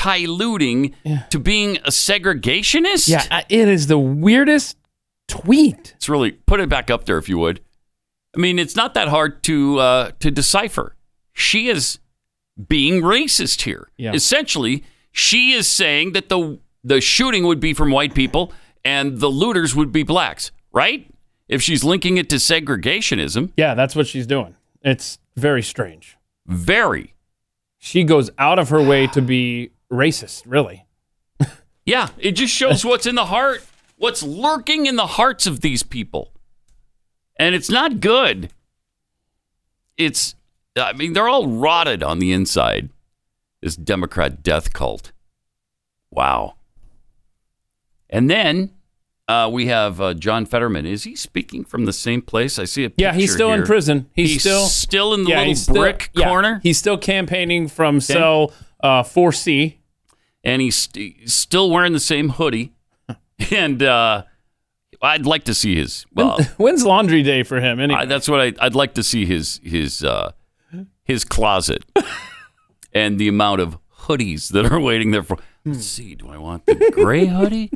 S2: anti-looting to being a segregationist?
S3: Yeah, I- it is the weirdest tweet.
S2: It's really put it back up there if you would. I mean, it's not that hard to uh, to decipher. She is being racist here.
S3: Yeah.
S2: Essentially, she is saying that the the shooting would be from white people and the looters would be blacks, right? If she's linking it to segregationism,
S3: Yeah, that's what she's doing. It's very strange.
S2: very
S3: She goes out of her way to be racist, really.
S2: Yeah, it just shows what's in the heart, what's lurking in the hearts of these people. And it's not good. It's, I mean, they're all rotted on the inside. This Democrat death cult. Wow. And then uh, we have uh, John Fetterman. Is he speaking from the same place? I see a picture
S3: Yeah, he's still in
S2: here.
S3: prison. He's, still
S2: still in the
S3: Yeah,
S2: little
S3: he's still-
S2: brick
S3: yeah,
S2: corner.
S3: he's still campaigning from cell uh, 4C.
S2: and he's st- still wearing the same hoodie. And uh, I'd like to see his. Well,
S3: When's laundry day for him? Anyway,
S2: I, that's what I, I'd like to see his his uh, his closet and the amount of hoodies that are waiting there for.
S3: Hmm.
S2: Let's see. Do I want the gray hoodie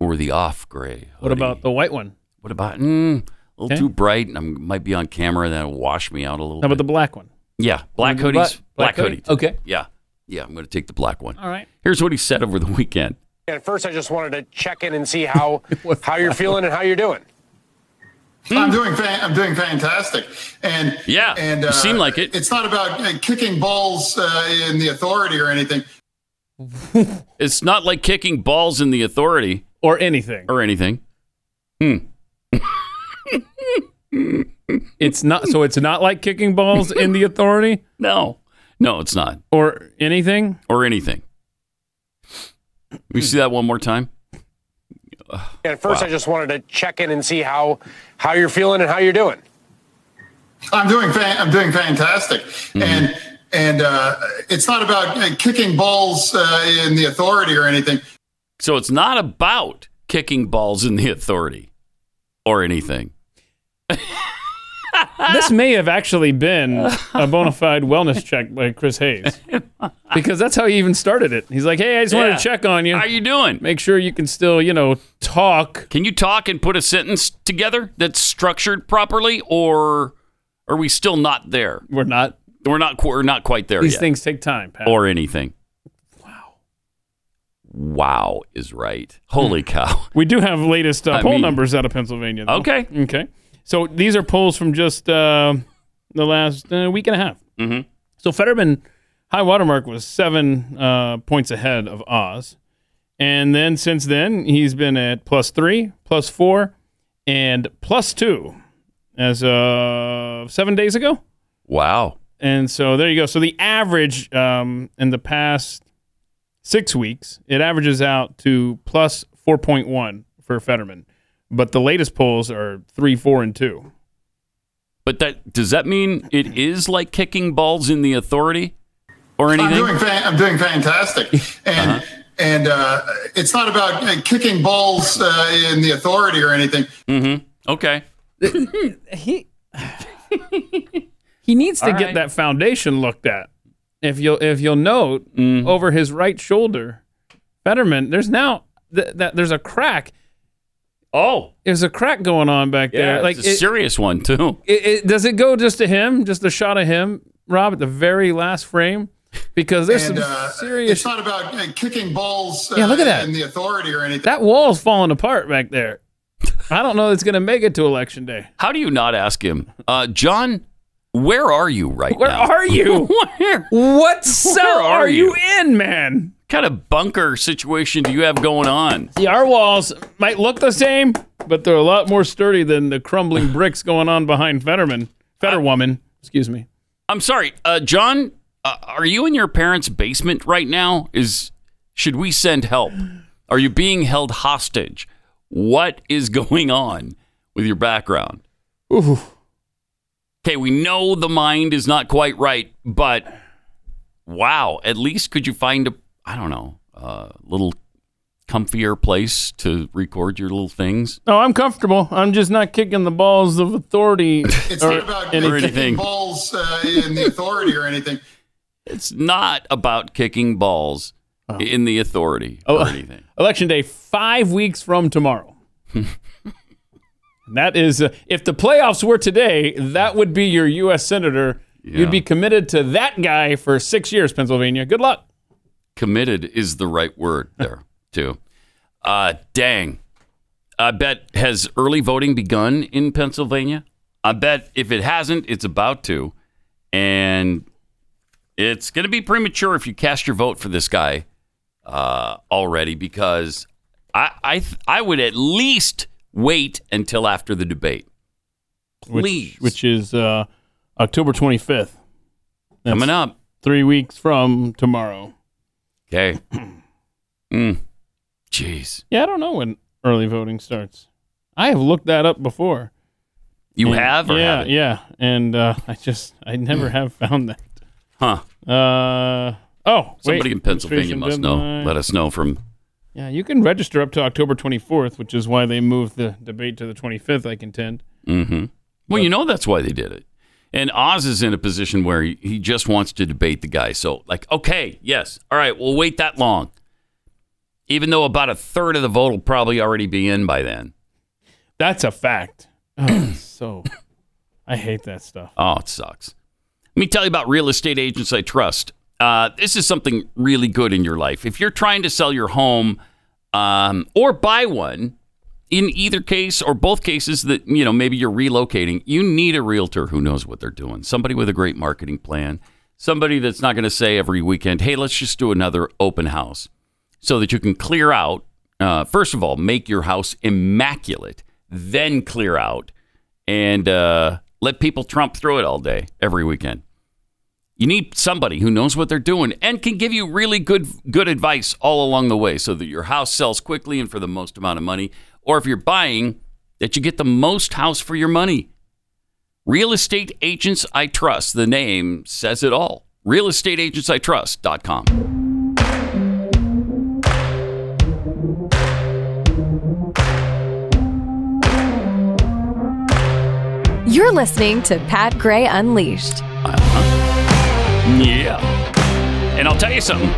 S2: or the off gray?
S3: what about the white one?
S2: What about? Mm, a little
S3: Okay.
S2: too bright, and I might be on camera, and that'll wash me out a little.
S3: How
S2: bit.
S3: about the black one?
S2: Yeah, black
S3: Black-
S2: hoodies.
S3: black
S2: Black,
S3: hoodie.
S2: hoodie.
S3: Okay.
S2: Yeah, yeah. I'm going to take the black one.
S3: All right.
S2: Here's what he said over the weekend.
S12: And first, I just wanted to check in and see how how you're feeling and how you're doing.
S13: I'm doing fan- I'm doing fantastic, and
S2: Hmm. yeah,
S13: and uh,
S2: you seem like it.
S13: It's not about uh, kicking balls uh, in the authority or anything.
S2: It's not like kicking balls in the authority
S3: or anything
S2: or anything. Hmm.
S3: It's not so. It's not like kicking balls in the authority
S2: No, no, it's not
S3: or anything.
S2: or anything. We see that one more time.
S12: And at first, I just wanted to check in and see how how you're feeling and how you're doing.
S13: I'm doing fan- I'm doing fantastic,
S2: Mm-hmm.
S13: and and uh, it's not about uh, kicking balls uh, in the authority or anything.
S2: So it's not about kicking balls in the authority or anything.
S3: this may have actually been a bona fide wellness check by Chris Hayes because that's how he even started it. He's like, "Hey, I just wanted
S2: Yeah.
S3: to check on you. How
S2: you doing?
S3: Make sure you can still, you know, talk."
S2: Can you talk and put a sentence together that's structured properly, or are we still not there?
S3: We're not.
S2: We're not. qu- We're not quite there
S3: These
S2: yet.
S3: things take time, Pat.
S2: or anything. Wow. Wow is right. Holy cow.
S3: Hmm. We do have latest uh,
S2: I
S3: poll
S2: mean-
S3: numbers out of Pennsylvania. Though.
S2: Okay.
S3: Okay. So these are polls from just uh, the last uh, week and a half.
S2: Mm-hmm.
S3: So Fetterman high watermark was seven uh, points ahead of Oz, and then since then he's been at plus three, plus four, and plus two as of seven days ago.
S2: Wow.
S3: And so there you go. So the average um, in the past six weeks, it averages out to plus 4.1 for Fetterman. But the latest polls are three, four, and two.
S2: But that does that mean it is like kicking balls in the authority or anything? Uh-huh.
S13: I'm doing fan- I'm doing fantastic, and and uh, it's not about uh, kicking balls uh, in the authority or anything.
S2: Mm-hmm. Okay.
S3: he he needs to
S13: All
S3: get
S13: right.
S3: that foundation looked at. If you'll if you'll note over his right shoulder, Fetterman, there's now th- that there's a crack.
S2: Oh,
S3: there's a crack going on back
S2: Yeah,
S3: there. Like
S2: it's a
S3: it-
S2: serious one too.
S3: It, it, does it go just to him? Just a shot of him, Rob, at the very last frame? Because there's
S13: and,
S3: some
S13: uh,
S3: serious.
S13: It's not about uh, kicking balls. Uh,
S3: Yeah, look at that.
S13: In the authority or anything.
S3: that wall's falling apart back there. I don't know. It's going to make it to election day.
S2: How do you not ask him, uh, John? Where are you right
S3: Where
S2: now?
S3: are you? What cell
S2: Where
S3: are,
S2: are
S3: you?
S2: you?
S3: in, man?
S2: kind of bunker situation do you have going on?
S3: See, our walls might look the same, but they're a lot more sturdy than the crumbling bricks going on behind Fetterman. Fetterwoman, excuse me.
S2: I'm sorry, uh, John. Uh, are you in your parents' basement right now? Is should we send help? Are you being held hostage? What is going on with your background?
S3: Ooh.
S2: Okay, we know the mind is not quite right, but wow, at least could you find a I don't know, a little comfier place to record your little things?
S3: No, I'm comfortable. I'm just not kicking the balls of authority
S13: It's
S3: or
S13: not about uh,
S3: anything.
S13: kicking balls uh, in the authority or anything.
S2: It's not about kicking balls in the authority or anything.
S3: Election day, five weeks from tomorrow. And that is, uh, if the playoffs were today, that would be your U.S. Senator. You'd be committed to that guy for six years, Pennsylvania. Good luck.
S2: Committed is the right word there, too. Uh, dang. I bet has early voting begun in Pennsylvania? I bet if it hasn't, it's about to. And it's going to be premature if you cast your vote for this guy uh, already because I, I, th- I would at least wait until after the debate.
S3: which,
S2: Please.
S3: which is uh, October 25th.
S2: Coming up.
S3: three weeks from tomorrow.
S2: Okay. Mm. Jeez.
S3: Yeah, I don't know when early voting starts. I have looked that up before.
S2: You
S3: And-
S2: have or
S3: yeah,
S2: haven't? Hmm.
S3: yeah, and uh, I just I never have found that.
S2: Huh.
S3: Uh oh, wait.
S2: Somebody in Pennsylvania
S3: Registration
S2: must know.
S3: deadline.
S2: Let us know from
S3: Yeah, you can register up to October 24th, which is why they moved the debate to the 25th. I contend.
S2: Mm-hmm. Well, you know that's why they did it. And Oz is in a position where he, he just wants to debate the guy. So, like, okay, yes, all right, we'll wait that long. Even though about a third of the vote will probably already be in by then.
S3: That's a fact. Oh, so I hate that stuff.
S2: Oh, it sucks. Let me tell you about real estate agents I trust. Uh, this is something really good in your life. If you're trying to sell your home um, or buy one, in either case or both cases that you know maybe you're relocating, you need a realtor who knows what they're doing. Somebody with a great marketing plan. Somebody that's not going to say every weekend, "Hey, let's just do another open house," so that you can clear out. Uh, first of all, make your house immaculate, then clear out and uh, let people trump through it all day, every weekend. You need somebody who knows what they're doing and can give you really good good advice all along the way so that your house sells quickly and for the most amount of money or if you're buying that you get the most house for your money. Real Estate Agents I Trust, the name says it all. realestateagentsitrust.com.
S14: You're listening to Pat Gray Unleashed.
S2: Yeah. And I'll tell you something.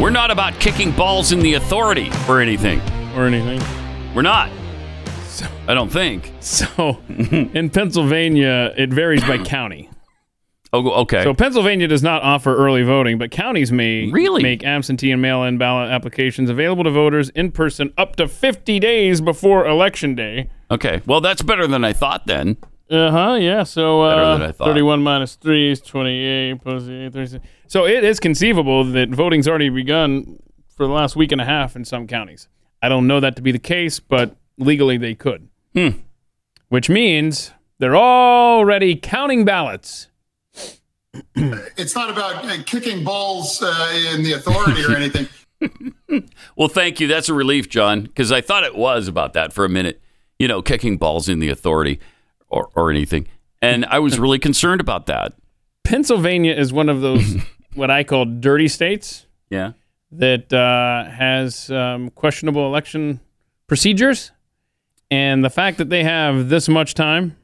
S2: We're not about kicking balls in the authority or anything.
S3: Or anything.
S2: We're not. I don't think.
S3: So in Pennsylvania, it varies by county.
S2: Oh, okay.
S3: So Pennsylvania does not offer early voting, but counties may
S2: Really?
S3: make absentee and mail-in ballot applications available to voters in person up to 50 days before election day.
S2: Okay. Well, that's better than I thought then.
S3: Uh huh. Yeah. So
S2: Better than I
S3: uh,
S2: thought.
S3: thirty-one minus three is twenty-eight. Plus eight, 36. So it is conceivable that voting's already begun for the last week and a half in some counties. I don't know that to be the case, but legally they could.
S2: Hmm.
S3: Which means they're already counting ballots.
S13: It's not about uh, kicking balls uh, in the authority or anything.
S2: Well, thank you. That's a relief, John, because I thought it was about that for a minute. You know, kicking balls in the authority or, or anything. And I was really concerned about that.
S3: Pennsylvania is one of those what I call dirty states
S2: Yeah.
S3: that uh, has um, questionable election procedures, and the fact that they have this much time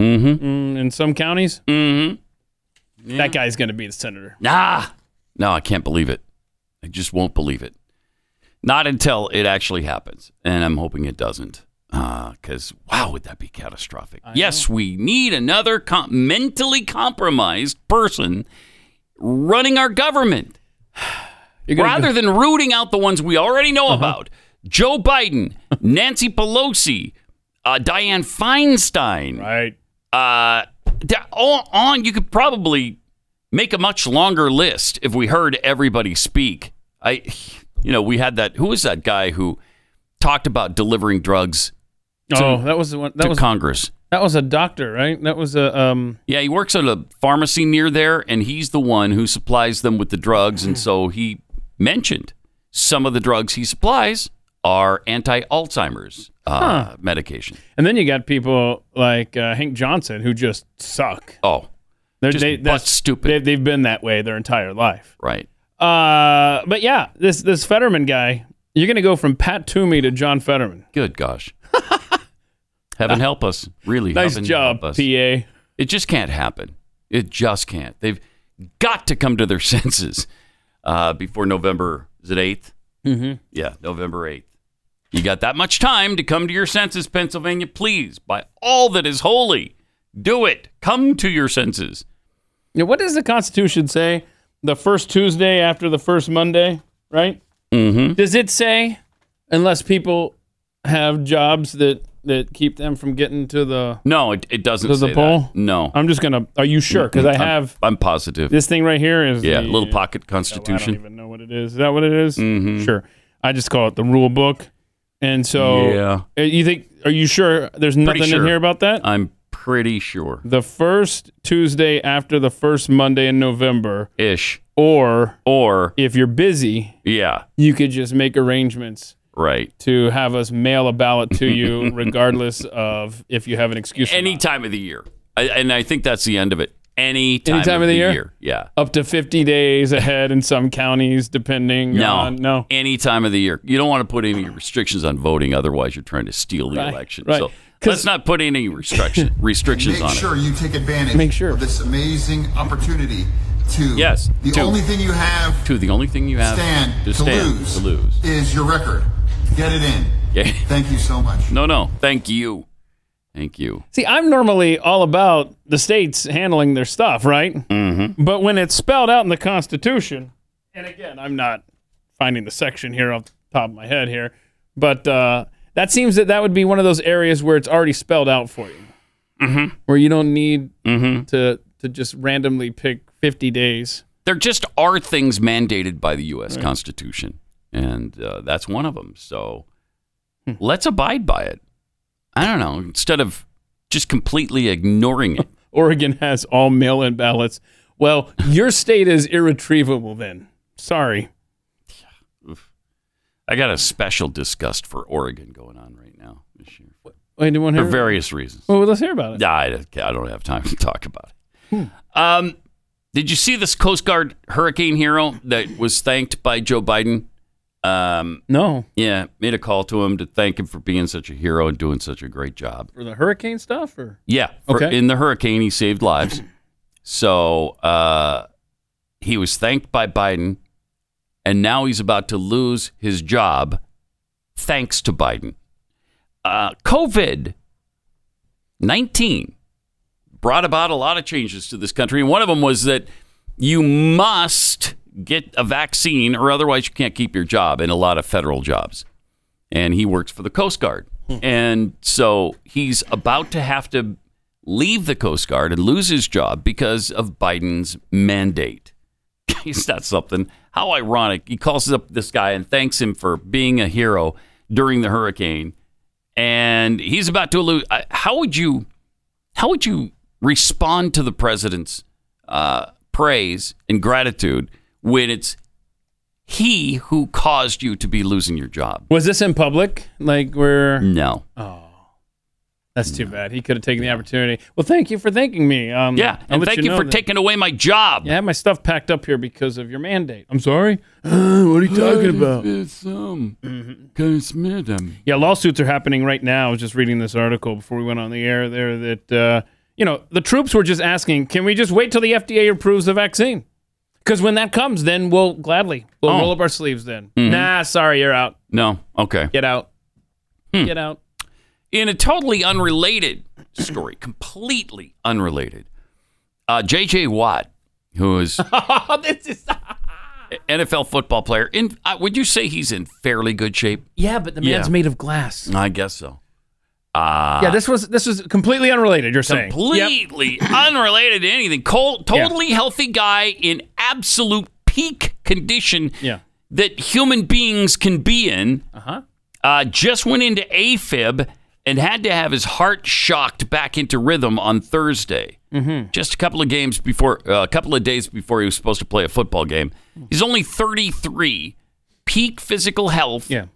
S2: Mm-hmm.
S3: mm, in some counties,
S2: mm-hmm.
S3: that guy's going to be the senator.
S2: Nah. No, I can't believe it. I just won't believe it. Not until it actually happens. And I'm hoping it doesn't. Because, wow, would that be catastrophic? yes, we need another com- mentally compromised person running our government rather than rooting out the ones we already
S3: Uh-huh.
S2: know about Joe Biden, Nancy Pelosi, uh, Diane Feinstein.
S3: Right.
S2: Uh, da- all on, you could probably make a much longer list if we heard everybody speak. I, you know, we had that. Who was that guy who talked about delivering drugs? to-
S3: oh, that was the one. That
S2: to
S3: was
S2: Congress.
S3: that was a doctor, right? That was a um.
S2: Yeah, he works at a pharmacy near there, and he's the one who supplies them with the drugs. And so he mentioned some of the drugs he supplies are anti Alzheimer's uh,
S3: Huh.
S2: medication.
S3: And then you got people like uh, Hank Johnson who just suck.
S2: Oh,
S3: they're
S2: just
S3: they,
S2: butt
S3: that's
S2: stupid.
S3: They, they've been that way their entire life.
S2: Right.
S3: Uh, but yeah, this this Fetterman guy, you're gonna go from Pat Toomey to John Fetterman.
S2: Good gosh. Heaven help us. Really.
S3: Ah. Nice
S2: heaven
S3: job,
S2: help us.
S3: PA.
S2: It just can't happen. It just can't. They've got to come to their senses uh, before November. Is it 8th?
S3: Mhm.
S2: Yeah, November 8th. You got that much time to come to your senses, Pennsylvania. Please, by all that is holy, do it. Come to your senses.
S3: Now, what does the Constitution say? The first Tuesday after the first Monday, right?
S2: Mm-hmm.
S3: Does it say unless people have jobs that that keep them from getting to the?
S2: No, it, it doesn't
S3: To
S2: say
S3: the
S2: that.
S3: poll?
S2: No.
S3: I'm just gonna. Are you sure? Because I
S2: I'm-
S3: have
S2: I'm, positive.
S3: this thing right here. Is
S2: yeah,
S3: the-
S2: little pocket
S3: I don't
S2: constitution.
S3: even know what it is. Is that what it is?
S2: Mm-hmm.
S3: Sure. I just call it the rule book. And so,
S2: Yeah.
S3: Uh, you think? Are you sure? There's nothing
S2: sure.
S3: in here about that.
S2: I'm pretty sure.
S3: the first Tuesday after the first Monday in November,
S2: Ish.
S3: or
S2: or
S3: if you're busy,
S2: Yeah.
S3: you could just make arrangements
S2: Right.
S3: to have us mail a ballot to you, regardless of if you have an excuse.
S2: Any time of the year. I, and I think that's the end of it. Any time,
S3: Any time of the year?
S2: Yeah.
S3: Up to 50 days ahead in some counties, depending
S2: No,
S3: on. No.
S2: Any time of the year. You don't want to put any restrictions on voting, otherwise you're trying to steal the
S3: Right,
S2: election.
S3: right.
S2: So let's not put any restriction, restrictions
S13: Make
S2: on
S13: sure
S2: it.
S13: you take advantage of this amazing opportunity to
S2: Yes,
S13: the
S2: to-
S13: only thing you have
S2: Two, the only thing you have
S13: Stand
S2: to
S13: to
S2: stand
S13: lose.
S2: to lose.
S13: is your record. Get it in.
S2: Yeah.
S13: Thank you so much.
S2: No, no. Thank you. Thank you.
S3: See, I'm normally all about the states handling their stuff, right?
S2: Mm-hmm.
S3: But when it's spelled out in the Constitution, and again, I'm not finding the section here off the top of my head here, but uh, that seems that that would be one of those areas where it's already spelled out for you,
S2: Mm-hmm.
S3: where you don't need
S2: Mhm.
S3: to to just randomly pick 50 days.
S2: There just are things mandated by the U.S. Constitution, and uh, that's one of them. So
S3: Hmm.
S2: let's abide by it. I don't know. Instead of just completely ignoring it.
S3: Oregon has all mail-in ballots Well, your state is irretrievable then. Sorry.
S2: I got a special disgust for Oregon going on right now this year.
S3: Wait, do you want to
S2: for
S3: hear? Oh,
S2: various reasons.
S3: well, let's hear about it. Hmm.
S2: Nah, I, don't- I don't have time to talk about it. Um, did you see this Coast Guard hurricane hero that was thanked by Joe Biden? Um,
S3: no.
S2: Yeah, made a call to him to thank him for being such a hero and doing such a great job.
S3: For the hurricane stuff, or
S2: Yeah. for-
S3: Okay.
S2: In the hurricane, he saved lives. So uh, he was thanked by Biden, and now he's about to lose his job thanks to Biden. Uh, COVID 19 brought about a lot of changes to this country. And one of them was that you must get a vaccine or otherwise you can't keep your job in a lot of federal jobs. And he works for the Coast Guard. And so he's about to have to leave the Coast Guard and lose his job because of Biden's mandate. Is that something? How ironic. He calls up this guy and thanks him for being a hero during the hurricane. And he's about to lose. I- How would you how would you respond to the president's uh, praise and gratitude when it's he who caused you to be losing your job?
S3: Was this in public? Like where?
S2: No.
S3: Oh, that's too bad. He could have taken the opportunity. Well, thank you for thanking me. Um,
S2: Yeah, and thank you for taking away my job.
S3: Yeah, I had my stuff packed up here because of your mandate. I'm sorry. Uh, what are you talking about? Mm-hmm. Yeah, lawsuits are happening right now. I was just reading this article before we went on the air there that, uh, you know, the troops were just asking, can we just wait till the FDA approves the vaccine? Because when that comes, then we'll gladly, we'll
S2: Oh.
S3: roll up our sleeves then.
S2: Mhm.
S3: Nah, sorry, you're out.
S2: No. Okay.
S3: Get out.
S2: Hmm.
S3: Get out.
S2: In a totally unrelated story, completely unrelated, uh, J.J. Watt, who is
S3: Oh, this is.
S2: NFL football player, in uh, would you say he's in fairly good shape?
S3: Yeah, but the man's
S2: Yeah.
S3: made of glass.
S2: I guess so. Uh,
S3: yeah, this was this was completely unrelated. You're saying
S2: completely unrelated to anything. Cold, totally healthy guy in absolute peak condition
S3: Yeah.
S2: that human beings can be in.
S3: Uh-huh.
S2: Uh, just went into AFib and had to have his heart shocked back into rhythm on Thursday.
S3: Mhm.
S2: Just a couple of games before, uh, a couple of days before he was supposed to play a football game. He's only 33, peak physical health.
S3: Yeah.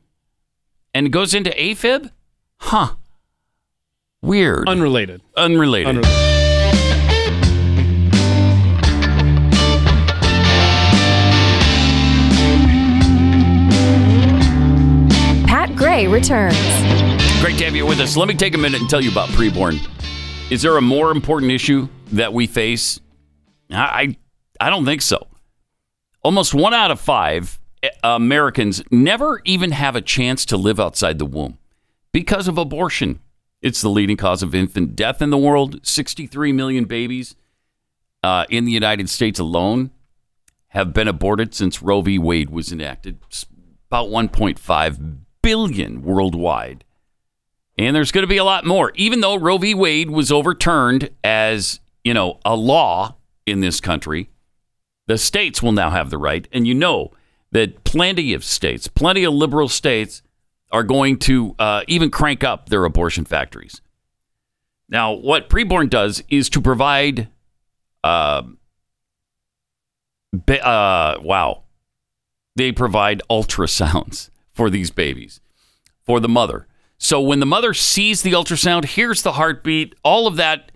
S2: And goes into AFib? Huh. Weird.
S3: Unrelated.
S2: Unrelated.
S14: Pat Gray returns.
S2: Great to have you with us. Let me take a minute and tell you about preborn. Is there a more important issue that we face? I I, I don't think so. Almost one out of five eh, Americans never even have a chance to live outside the womb because of abortion. It's the leading cause of infant death in the world. 63 million babies uh, in the United States alone have been aborted since Roe v. Wade was enacted. It's about 1.5 billion worldwide. And there's going to be a lot more, even though Roe v. Wade was overturned as, you know, a law in this country. The states will now have the right. And you know that plenty of states, plenty of liberal states are going to uh, even crank up their abortion factories. Now, what preborn does is to provide, um ba- uh, wow, they provide ultrasounds for these babies, for the mother. So when the mother sees the ultrasound, hears the heartbeat, all of that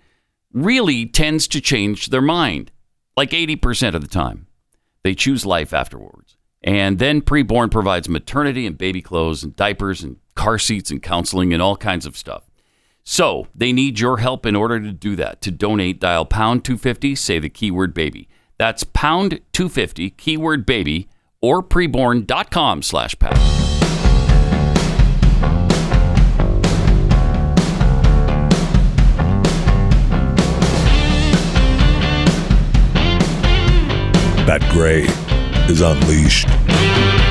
S2: really tends to change their mind. Like 80% of the time, they choose life afterwards. And then preborn provides maternity and baby clothes and diapers and car seats and counseling and all kinds of stuff. So they need your help in order to do that. To donate, dial pound 250, say the keyword baby. That's pound 250, keyword baby, or preborn.com slash pound.
S15: Pat Gray is unleashed.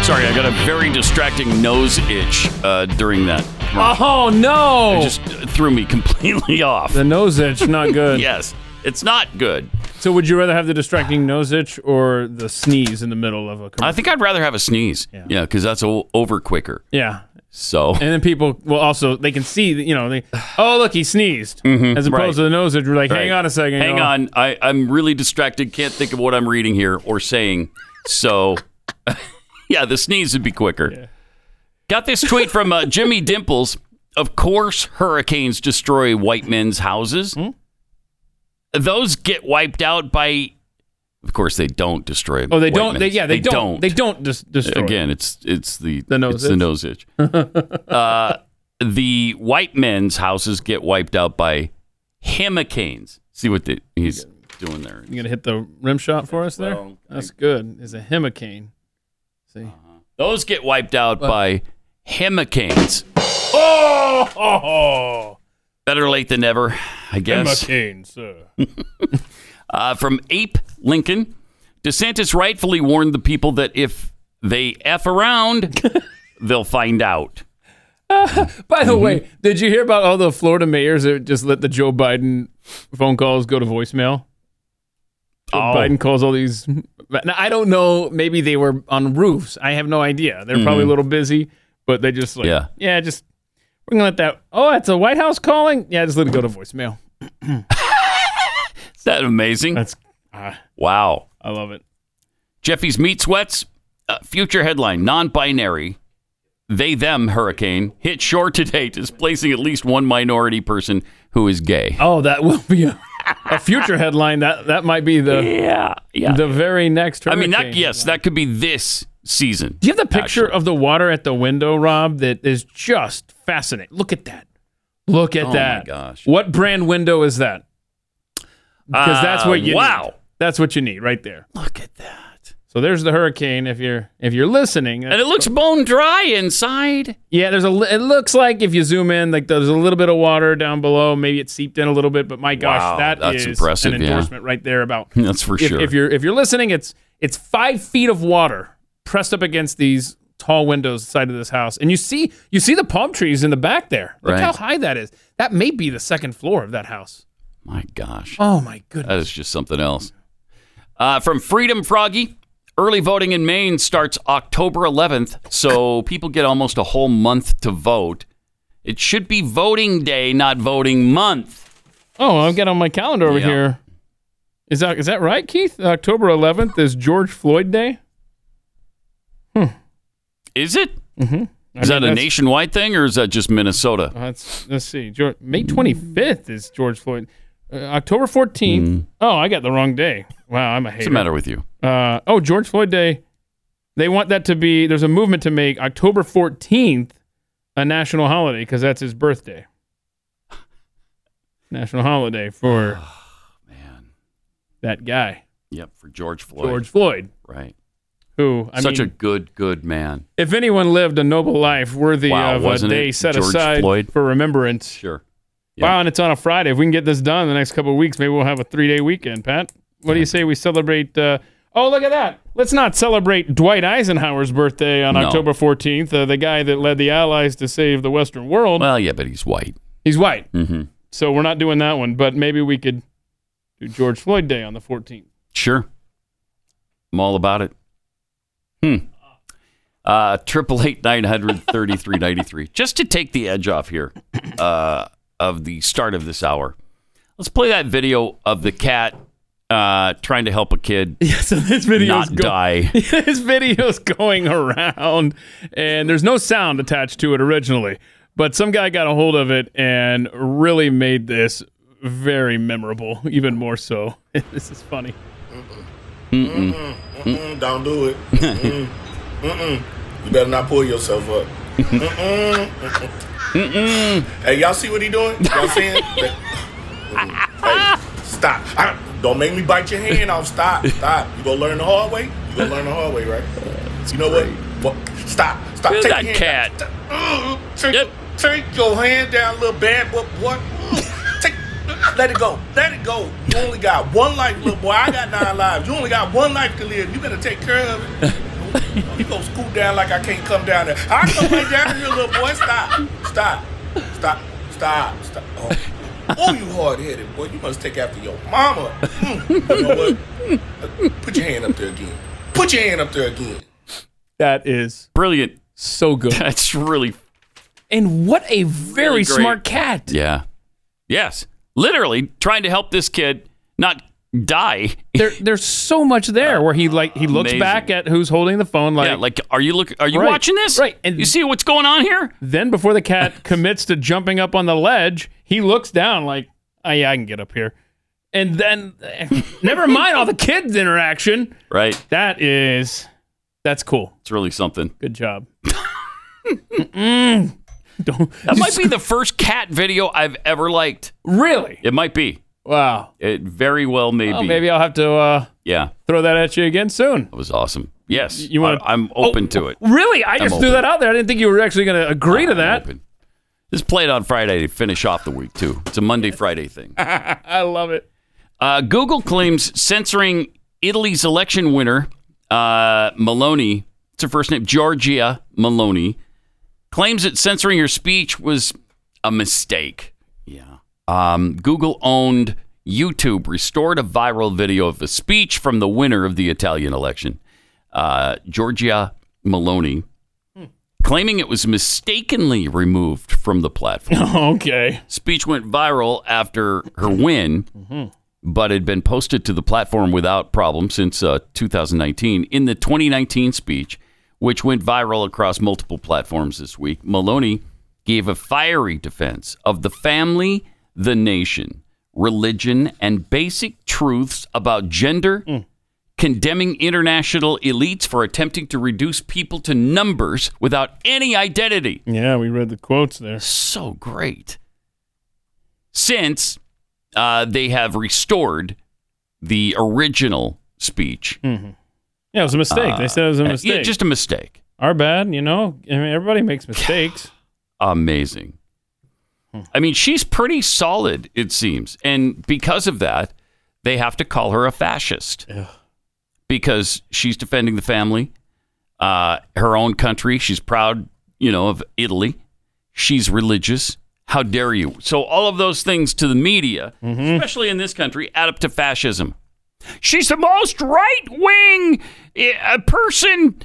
S2: Sorry, I got a very distracting nose itch uh, during that.
S3: Oh no!
S2: It just threw me completely off.
S3: The nose itch, not good.
S2: yes, it's not good.
S3: So, would you rather have the distracting nose itch or the sneeze in the middle of a?
S2: I think I'd rather have a sneeze. Yeah, because that's o- over quicker.
S3: Yeah.
S2: So
S3: and then people will also they can see that, you know they oh look he sneezed
S2: Mhm,
S3: as opposed
S2: right.
S3: to the nose that you're like hang
S2: Right.
S3: on a second
S2: Hang
S3: you know.
S2: on. I, I'm really distracted. Can't think of what I'm reading here or saying. So, yeah, the sneeze would be quicker. Got this tweet from uh, Jimmy Dimples. Of course, hurricanes destroy white men's houses.
S3: Hmm?
S2: Those get wiped out by. Of course, they don't destroy.
S3: oh they
S2: white
S3: don't they,
S2: men's.
S3: yeah they, don't, they don't dis- destroy
S2: Again, it's it's the
S3: The nose
S2: it's
S3: itch.
S2: the nose itch. uh, the white men's houses get wiped out by hurricanes. See what the, he's doing there.
S3: you gonna hit the rim shot for us there
S2: Well,
S3: that's good is a hemicane see
S2: Those get wiped out by hurricanes.
S3: oh, oh,
S2: Better late than never, I guess.
S3: hemicane sir
S2: Uh, from Ape Lincoln, DeSantis rightfully warned the people that if they f around, they'll find out.
S3: By the way, did you hear about all the Florida mayors that just let the Joe Biden phone calls go to voicemail? Joe
S2: Oh.
S3: Biden calls all these. Now, I don't know. Maybe they were on roofs. I have no idea. They're probably a
S2: Mhm.
S3: little busy, but they just like,
S2: Yeah.
S3: yeah, just we're gonna let that. Oh, it's a White House calling. Yeah, just let it go to voicemail.
S2: Is that amazing? That's wow.
S3: uh, I love it.
S2: Jeffy's meat sweats. Uh, future headline: Non-binary, they them hurricane hit shore today, displacing at least one minority person who is gay.
S3: Oh, that will be a, a future headline. That that might be the
S2: Yeah, yeah.
S3: the very next.
S2: I mean, that
S3: hurricane.
S2: yes, that could be this season.
S3: Do you have the picture of the water at the window, Rob? That is just fascinating. Look at that. Look at
S2: Oh my
S3: that.
S2: gosh.
S3: What brand window is that? Because that's
S2: Uh,
S3: what you
S2: wow.
S3: need. That's what you need right there. Look at that. So there's the hurricane. If you're if you're listening,
S2: And it looks bone dry inside.
S3: yeah, there's a. li- It looks like if you zoom in, like there's a little bit of water down below. Maybe it seeped in a little bit, but my gosh,
S2: Wow,
S3: that
S2: that's
S3: is
S2: impressive,
S3: an
S2: yeah.
S3: endorsement right there about
S2: That's for
S3: if,
S2: sure.
S3: If you're if you're listening, it's it's five feet of water pressed up against these tall windows the side of this house, and you see you see the palm trees in the back there. Look
S2: Right.
S3: how high that is. That may be the second floor of that house.
S2: My gosh.
S3: Oh my goodness.
S2: That is just something else. Uh, from Freedom Froggy, early voting in Maine starts October 11th, so people get almost a whole month to vote. It should be voting day, not voting month.
S3: Oh, I've got on my calendar over
S2: Yeah.
S3: here. Is that is that right, Keith? October 11th is George Floyd Day.
S2: Is it?
S3: Mm-hmm.
S2: Is that a nationwide thing or is that just Minnesota?
S3: Uh, Let's let's see. George, May 25th is George Floyd. Uh, October 14th. Oh, I got the wrong day. Wow, I'm a hater.
S2: Mm. What's the matter with you?
S3: Uh, oh, George Floyd Day. They want that to be. There's a movement to make October 14th a national holiday because that's his birthday. National holiday for man that guy
S2: Yep, for George Floyd.
S3: George Floyd,
S2: Right.
S3: who I
S2: Such
S3: mean,
S2: a good, good man.
S3: if anyone lived a noble life worthy
S2: Wow,
S3: of a
S2: wasn't
S3: day
S2: it?
S3: uh, set
S2: George
S3: aside
S2: Floyd?
S3: for remembrance.
S2: Sure.
S3: Wow, and it's on a Friday. If we can get this done in the next couple of weeks, maybe we'll have a three day weekend, Pat. What do you say we celebrate? Uh, oh, look at that. Let's not celebrate Dwight Eisenhower's birthday on
S2: No.
S3: October 14th, uh, the guy that led the Allies to save the Western world.
S2: Well, yeah, but he's white.
S3: He's white,
S2: hmm
S3: so we're not doing that one, but maybe we could do George Floyd Day on the 14th.
S2: Sure. I'm all about it. Hmm. Uh, Triple eight nine hundred thirty three ninety three. Just to take the edge off here, uh, of the start of this hour, let's play that video of the cat uh, trying to help a kid
S3: so this video's
S2: not die.
S3: this video's going around and there's no sound attached to it originally but some guy got a hold of it and really made this very memorable even more so this is funny
S16: Mm-mm. Mm-mm. Don't do it. Mm-mm. Mm-mm. You better not pull yourself up. Mm-mm. Mm-mm. Mm-mm. Hey, y'all see what he doing? Y'all seeing? Mm-mm. hey, stop. Ah, don't make me bite your hand off. Stop. Stop. You gonna learn the hard way? You gonna learn the hard way, right? you know what? what? Stop. Stop.
S2: Look
S16: Take
S2: at
S16: your
S2: that cat.
S16: hand down. Mm, Take, take your hand down, little bad boy. boy. Mm, Take, let it go. Let it go. You only got one life, little boy. I got nine lives. You only got one life to live. You better take care of it. You gonna scoot down like I can't come down there. I come right down here, little boy. Stop, stop, stop, stop, stop. Oh, oh you hard headed boy. You must take after your mama. Mm, You know what? Uh, Put your hand up there again. Put your hand up there again.
S3: that is
S2: brilliant
S3: so good
S2: that's really
S3: And what a very
S2: Really great.
S3: smart cat.
S2: Yeah. Yes. Literally trying to help this kid not die.
S3: There, there's so much there where he like he looks
S2: Amazing.
S3: back at who's holding the phone like
S2: yeah. Like, are you look? Are you
S3: Right,
S2: watching this? Right. And you see what's going on here?
S3: Then, before the cat commits to jumping up on the ledge, he looks down like, oh, yeah, I can get up here. And then, never mind all the kids' interaction.
S2: Right.
S3: That is, that's cool.
S2: It's really something.
S3: Good job. Mm-mm. Mm. Don't.
S2: That might be the first cat video I've ever liked.
S3: Really?
S2: It might be.
S3: Wow.
S2: It very well may
S3: Well,
S2: be.
S3: maybe I'll have to uh,
S2: Yeah.
S3: throw that at you again soon.
S2: That was awesome. Yes.
S3: You wanna- Oh,
S2: I, am open to it.
S3: Really? I just
S2: I'm
S3: threw
S2: open.
S3: that out there. I didn't think you were actually going to agree to that.
S2: Just play it on Friday to finish off the week too. It's a Monday Friday thing.
S3: I love it.
S2: Uh, Google claims censoring Italy's election winner, uh, Maloney, it's her first name, Giorgia Maloney, claims that censoring her speech was a mistake. Yeah. Um, Google owned YouTube restored a viral video of the speech from the winner of the Italian election, uh, Giorgia Maloney, claiming it was mistakenly removed from the platform.
S3: okay.
S2: Speech went viral after her win, but had been posted to the platform without problem since uh, 2019. In the 2019 speech, which went viral across multiple platforms this week, Maloney gave a fiery defense of the family, the nation, religion, and basic truths about gender, condemning international elites for attempting to reduce people to numbers without any identity.
S3: Yeah, we read the quotes there.
S2: So great. Since uh, they have restored the original speech.
S3: hmm Yeah, it was a mistake. they said it was a
S2: Uh, yeah,
S3: mistake.
S2: just a mistake.
S3: Our bad, you know. I mean, everybody makes mistakes.
S2: Amazing. I mean, she's pretty solid, it seems. And because of that, they have to call her a fascist because she's defending the family, uh, her own country. She's proud, you know, of Italy. She's religious. How dare you? So, all of those things to the media,
S3: Mm-hmm.
S2: especially in this country, add up to fascism. She's the most right wing uh, person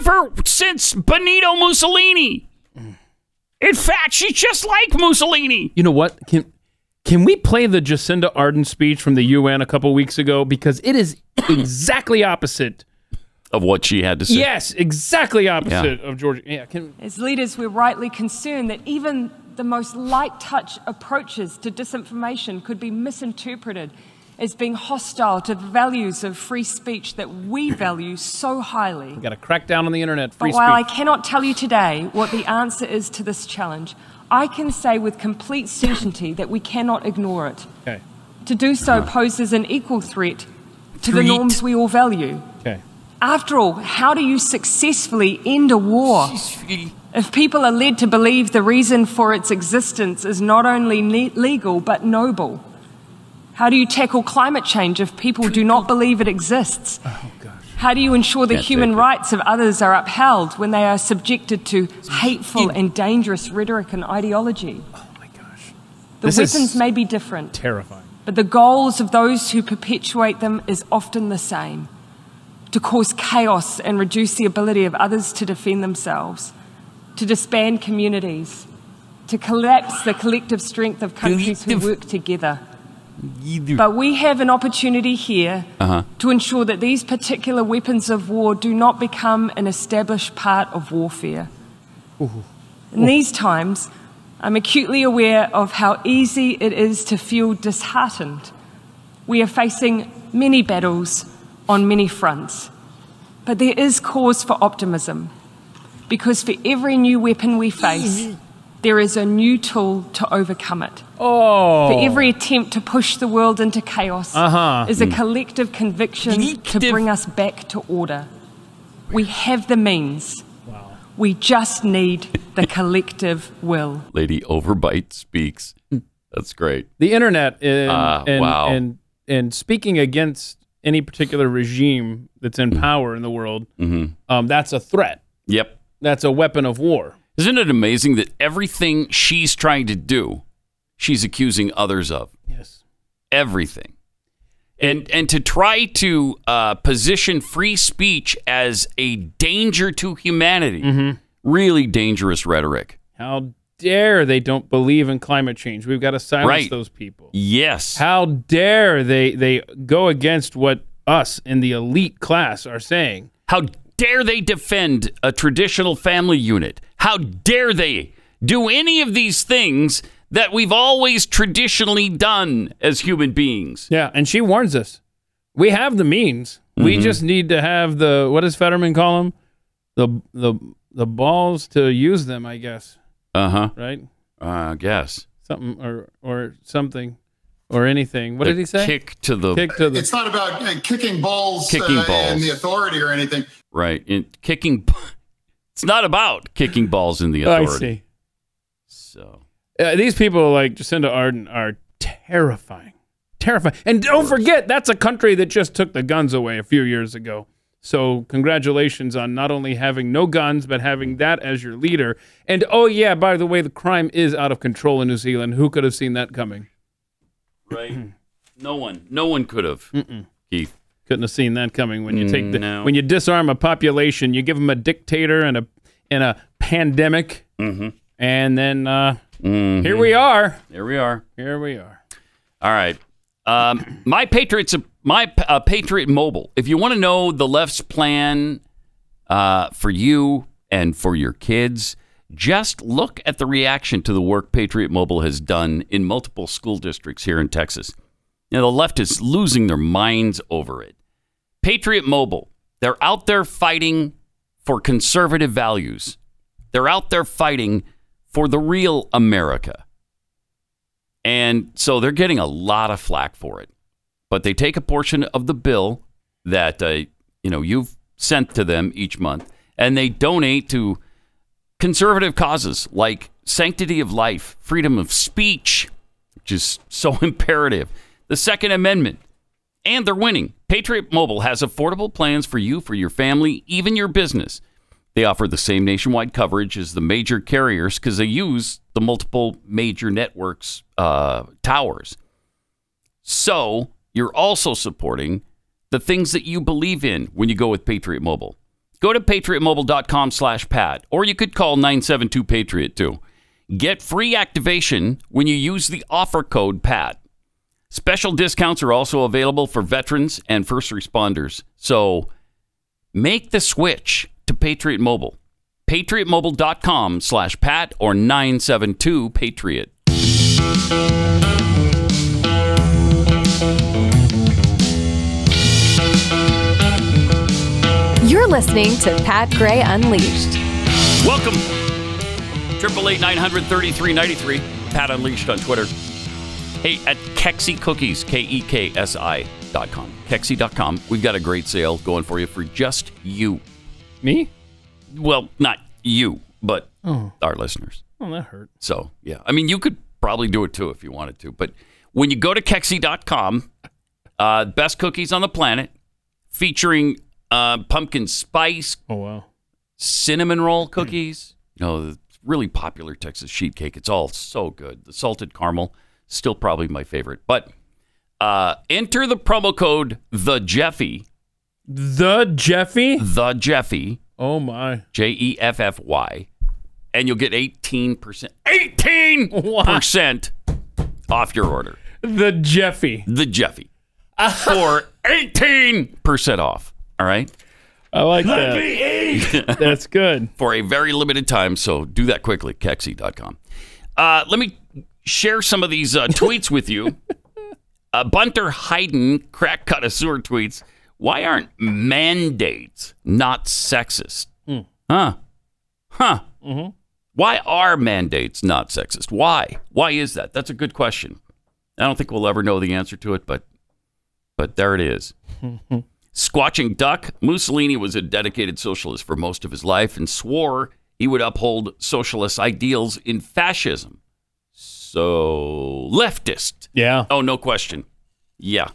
S2: ever since Benito Mussolini. In fact, she's just like Mussolini.
S3: You know what? Can can we play the Jacinda Arden speech from the UN a couple weeks ago because it is exactly opposite.
S2: Of what she had to say.
S3: Yes, exactly opposite of Georgia. Yeah, can
S17: As leaders, we're rightly concerned that even the most light touch approaches to disinformation could be misinterpreted as being hostile to the values of free speech that we value so highly.
S3: got to crack down on the internet free
S17: But while Oh, I
S3: speech.
S17: cannot tell you today what the answer is to this challenge, I can say with complete certainty that we cannot ignore it.
S3: Okay.
S17: To do so poses an equal threat to the
S3: Threat.
S17: norms we all value.
S3: Okay.
S17: After all, how do you successfully end a war if people are led to believe the reason for its existence is not only ne- legal but noble? How do you tackle climate change if people do not believe it exists? How do you ensure the
S18: Can't
S17: human
S18: take it.
S17: rights of others are upheld when they are subjected to hateful and dangerous rhetoric and ideology? Oh my gosh. The
S3: This is
S17: weapons may be different,
S3: Terrifying.
S17: but the goals of those who perpetuate them is often the same to cause chaos and reduce the ability of others to defend themselves, to disband communities, to collapse the collective strength of countries who work together. But we have an opportunity here
S2: Uh-huh.
S17: to ensure that these particular weapons of war do not become an established part of warfare. In these times, I'm acutely aware of how easy it is to feel disheartened. We are facing many battles on many fronts, but there is cause for optimism because for every new weapon we face, there is a new tool to overcome it.
S3: Oh.
S17: For every attempt to push the world into chaos
S3: Uh-huh.
S17: is a
S3: Mm.
S17: collective conviction to bring us back to order. We have the means. We just need the collective will.
S2: Lady Overbite speaks. That's great.
S3: The internet and,
S2: Ah,
S3: and,
S2: wow.
S3: and and speaking against any particular regime that's in power in the world,
S2: Mhm.
S3: um, that's a threat.
S2: Yep.
S3: That's a weapon of war.
S2: Isn't it amazing that everything she's trying to do, she's accusing others of?
S3: Yes.
S2: Everything. And and to try to uh, position free
S3: Mm-hmm.
S2: speech as a danger to humanity, really dangerous rhetoric.
S3: How dare they don't believe in climate change? We've got to silence
S2: Right.
S3: those people.
S2: Yes.
S3: How dare they they go against what us in the elite class are saying?
S2: How dare they defend a traditional family unit? How dare they do any of these things that we've always traditionally done as human beings?
S3: Yeah, and she warns us. We have the means. We
S2: Mhm.
S3: just need to have the what does Fetterman call them? The the the balls to use them, I guess.
S2: Uh huh.
S3: Right?
S2: Uh, I guess.
S3: Something or or something or anything. What did he say?
S2: Kick to the
S3: Kick to the
S13: It's not about uh, kicking balls,
S2: Kicking
S13: uh,
S2: balls.
S13: and the authority or anything.
S2: right in kicking. It's not about kicking balls in the
S3: Oh, I
S2: authority.
S3: see.
S2: So
S3: Uh, these people like Jacinda Arden are terrifying. Terrifying. And don't forget, that's a country that just took the guns away a few years ago. So, congratulations on not only having no guns, but having that as your leader. And oh, yeah, by the way, the crime is out of control in New Zealand. Who could have seen that coming?
S2: right, no one, no one could have. Keith,
S3: Couldn't have seen that coming when you take the,
S2: Mm, No.
S3: when you disarm a population, you give them a dictator and a and a pandemic,
S2: Mm-hmm.
S3: and then uh, here we are.
S2: There we are.
S3: Here we are.
S2: All right. Um, my Patriots, my uh, Patriot Mobile. If you want to know the left's plan uh, for you and for your kids, just look at the reaction to the work Patriot Mobile has done in multiple school districts here in Texas. You know, the left is losing their minds over it. Patriot Mobile, they're out there fighting for conservative values. They're out there fighting for the real America. And so they're getting a lot of flack for it. But they take a portion of the bill that uh, you know you've sent to them each month, and they donate to conservative causes like sanctity of life, freedom of speech, which is so imperative, the Second Amendment, and they're winning. Patriot Mobile has affordable plans for you, for your family, even your business. They offer the same nationwide coverage as the major carriers because they use the multiple major networks' uh, towers. So you're also supporting the things that you believe in when you go with Patriot Mobile. Go to patriotmobile.com slash Pat, or you could call 972 Patriot too. Get free activation when you use the offer code PAT. Special discounts are also available for veterans and first responders. So make the switch to Patriot Mobile. PatriotMobile.com slash Pat or 972 Patriot.
S14: You're listening to Pat Gray Unleashed.
S2: Welcome. Triple eight nine hundred thirty three ninety three. Pat Unleashed on Twitter. Hey, at Kexi Cookies, K E K S I dot com. Kexi dot com. We've got a great sale going for you for just you.
S3: Me?
S2: Well, not you, but
S3: Oh.
S2: our listeners.
S3: Oh, that hurt.
S2: So, yeah. I mean, you could probably do it too if you wanted to. But when you go to Kexi.com, uh, best cookies on the planet featuring uh, pumpkin spice.
S3: Oh, wow.
S2: Cinnamon roll cookies. No, it's really popular Texas sheet cake. It's all so good. The salted caramel, still probably my favorite. But uh, enter the promo code the Jeffy.
S3: The Jeffy?
S2: The Jeffy.
S3: Oh my.
S2: J E F F Y. And you'll get 18%. 18% off your order.
S3: The Jeffy.
S2: The Jeffy. For 18% off. All right.
S3: I like that. That's good.
S2: For a very limited time. So do that quickly. Kexi.com. Uh, let me share some of these uh, tweets with you. Uh, Bunter Hayden, crack cut sewer tweets. Why aren't mandates not sexist? Huh? Huh?
S3: Mhm.
S2: Why are mandates not sexist? Why? Why is that? That's a good question. I don't think we'll ever know the answer to it, but but there it is. Squatching duck, Mussolini was a dedicated socialist for most of his life and swore he would uphold socialist ideals in fascism. So leftist.
S3: Yeah.
S2: Oh, no question. Yeah.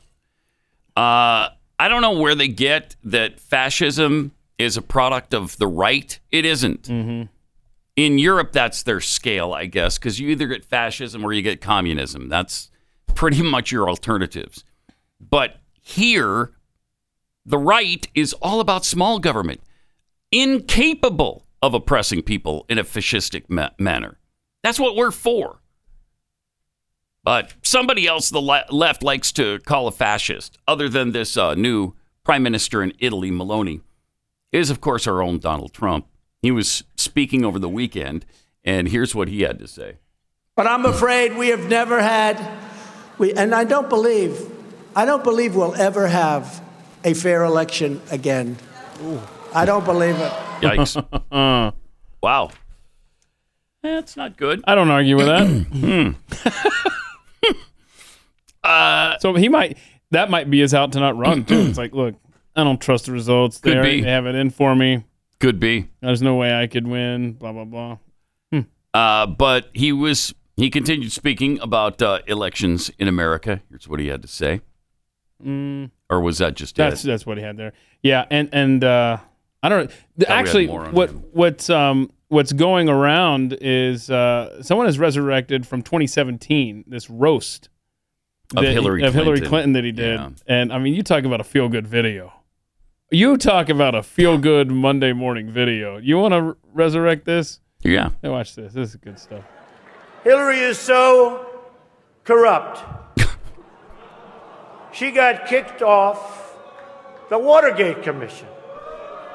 S2: Uh, I don't know where they get that fascism is a product of the right. It isn't. In Europe, that's their scale, I guess, because you either get fascism or you get communism. That's pretty much your alternatives. But here, the right is all about small government, incapable of oppressing people in a fascistic ma- manner. That's what we're for. But somebody else, the le- left, likes to call a fascist, other than this uh, new prime minister in Italy, Maloney, is, of course, our own Donald Trump. He was speaking over the weekend, and here's what he had to say.
S18: But I'm afraid we have never had, we, and I don't believe, I don't believe we'll ever have a fair election again. I don't believe it.
S2: Yikes. wow. That's not good.
S3: I don't argue with that. Hmm.
S2: Uh,
S3: so he might that might be his out to not run too. It's like, look, I don't trust the results.
S2: Could
S3: They already
S2: be.
S3: have it in for me.
S2: Could be.
S3: There's no way I could win. Blah blah blah. Hmm.
S2: Uh, but he was he continued speaking about uh, elections in America. Here's what he had to say,
S3: Mm,
S2: or was that just
S3: that's
S2: it?
S3: that's what he had there. Yeah, and and uh, I don't. The,
S2: Thought we had
S3: actually,
S2: more on
S3: what what's um what's going around is uh someone has resurrected from 2017 this roast
S2: Of
S3: that-
S2: Hillary
S3: of Hillary
S2: Clinton.
S3: Clinton that he did, and I mean, you talk about a feel good video. You talk about a feel good Monday morning video. You want to resurrect this?
S2: Yeah.
S3: Hey, watch this. This is good stuff.
S19: Hillary is so corrupt. she got kicked off the Watergate Commission.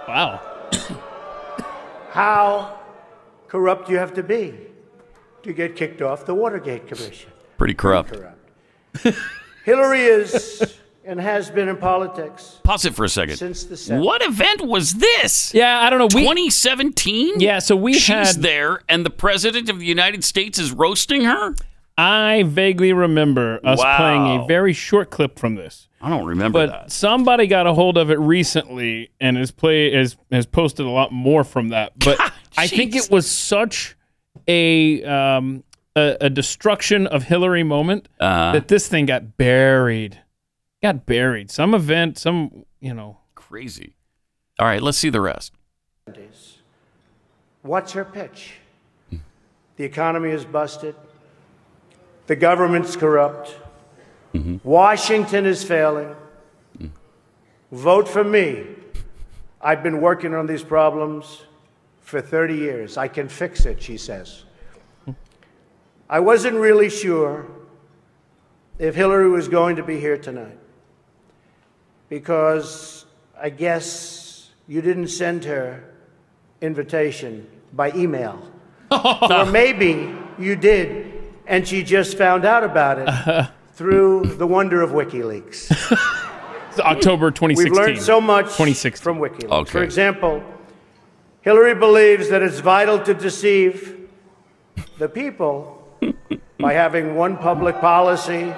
S3: Wow.
S19: How corrupt you have to be to get kicked off the Watergate Commission.
S2: Pretty corrupt.
S19: Hillary is and has been in politics.
S2: Pause it for a second.
S19: Since the seventies.
S2: what event was this?
S3: Yeah, I don't know.
S2: 2017.
S3: Yeah, so we
S2: She's
S3: had-
S2: there, and the president of the United States is roasting her.
S3: I vaguely remember us
S2: Wow.
S3: playing a very short clip from this.
S2: I don't remember
S3: but
S2: that.
S3: somebody got a hold of it recently and has play has, has posted a lot more from that. But I think it was such a um a, a destruction of Hillary moment
S2: Uh-huh.
S3: that this thing got buried. Got buried. Some event, some you know
S2: Crazy. All right, let's see the rest.
S19: What's her pitch? The economy is busted. The government's corrupt. Washington is failing. Vote for me. I've been working on these problems for 30 years. I can fix it, she says. I wasn't really sure if Hillary was going to be here tonight because I guess you didn't send her invitation by email. or maybe you did, and she just found out about it through the wonder of WikiLeaks.
S3: It's October 2016.
S19: We've learned so much
S3: 2016.
S19: from WikiLeaks.
S3: Okay.
S19: For example, Hillary believes that it's vital to deceive the people by having one public policy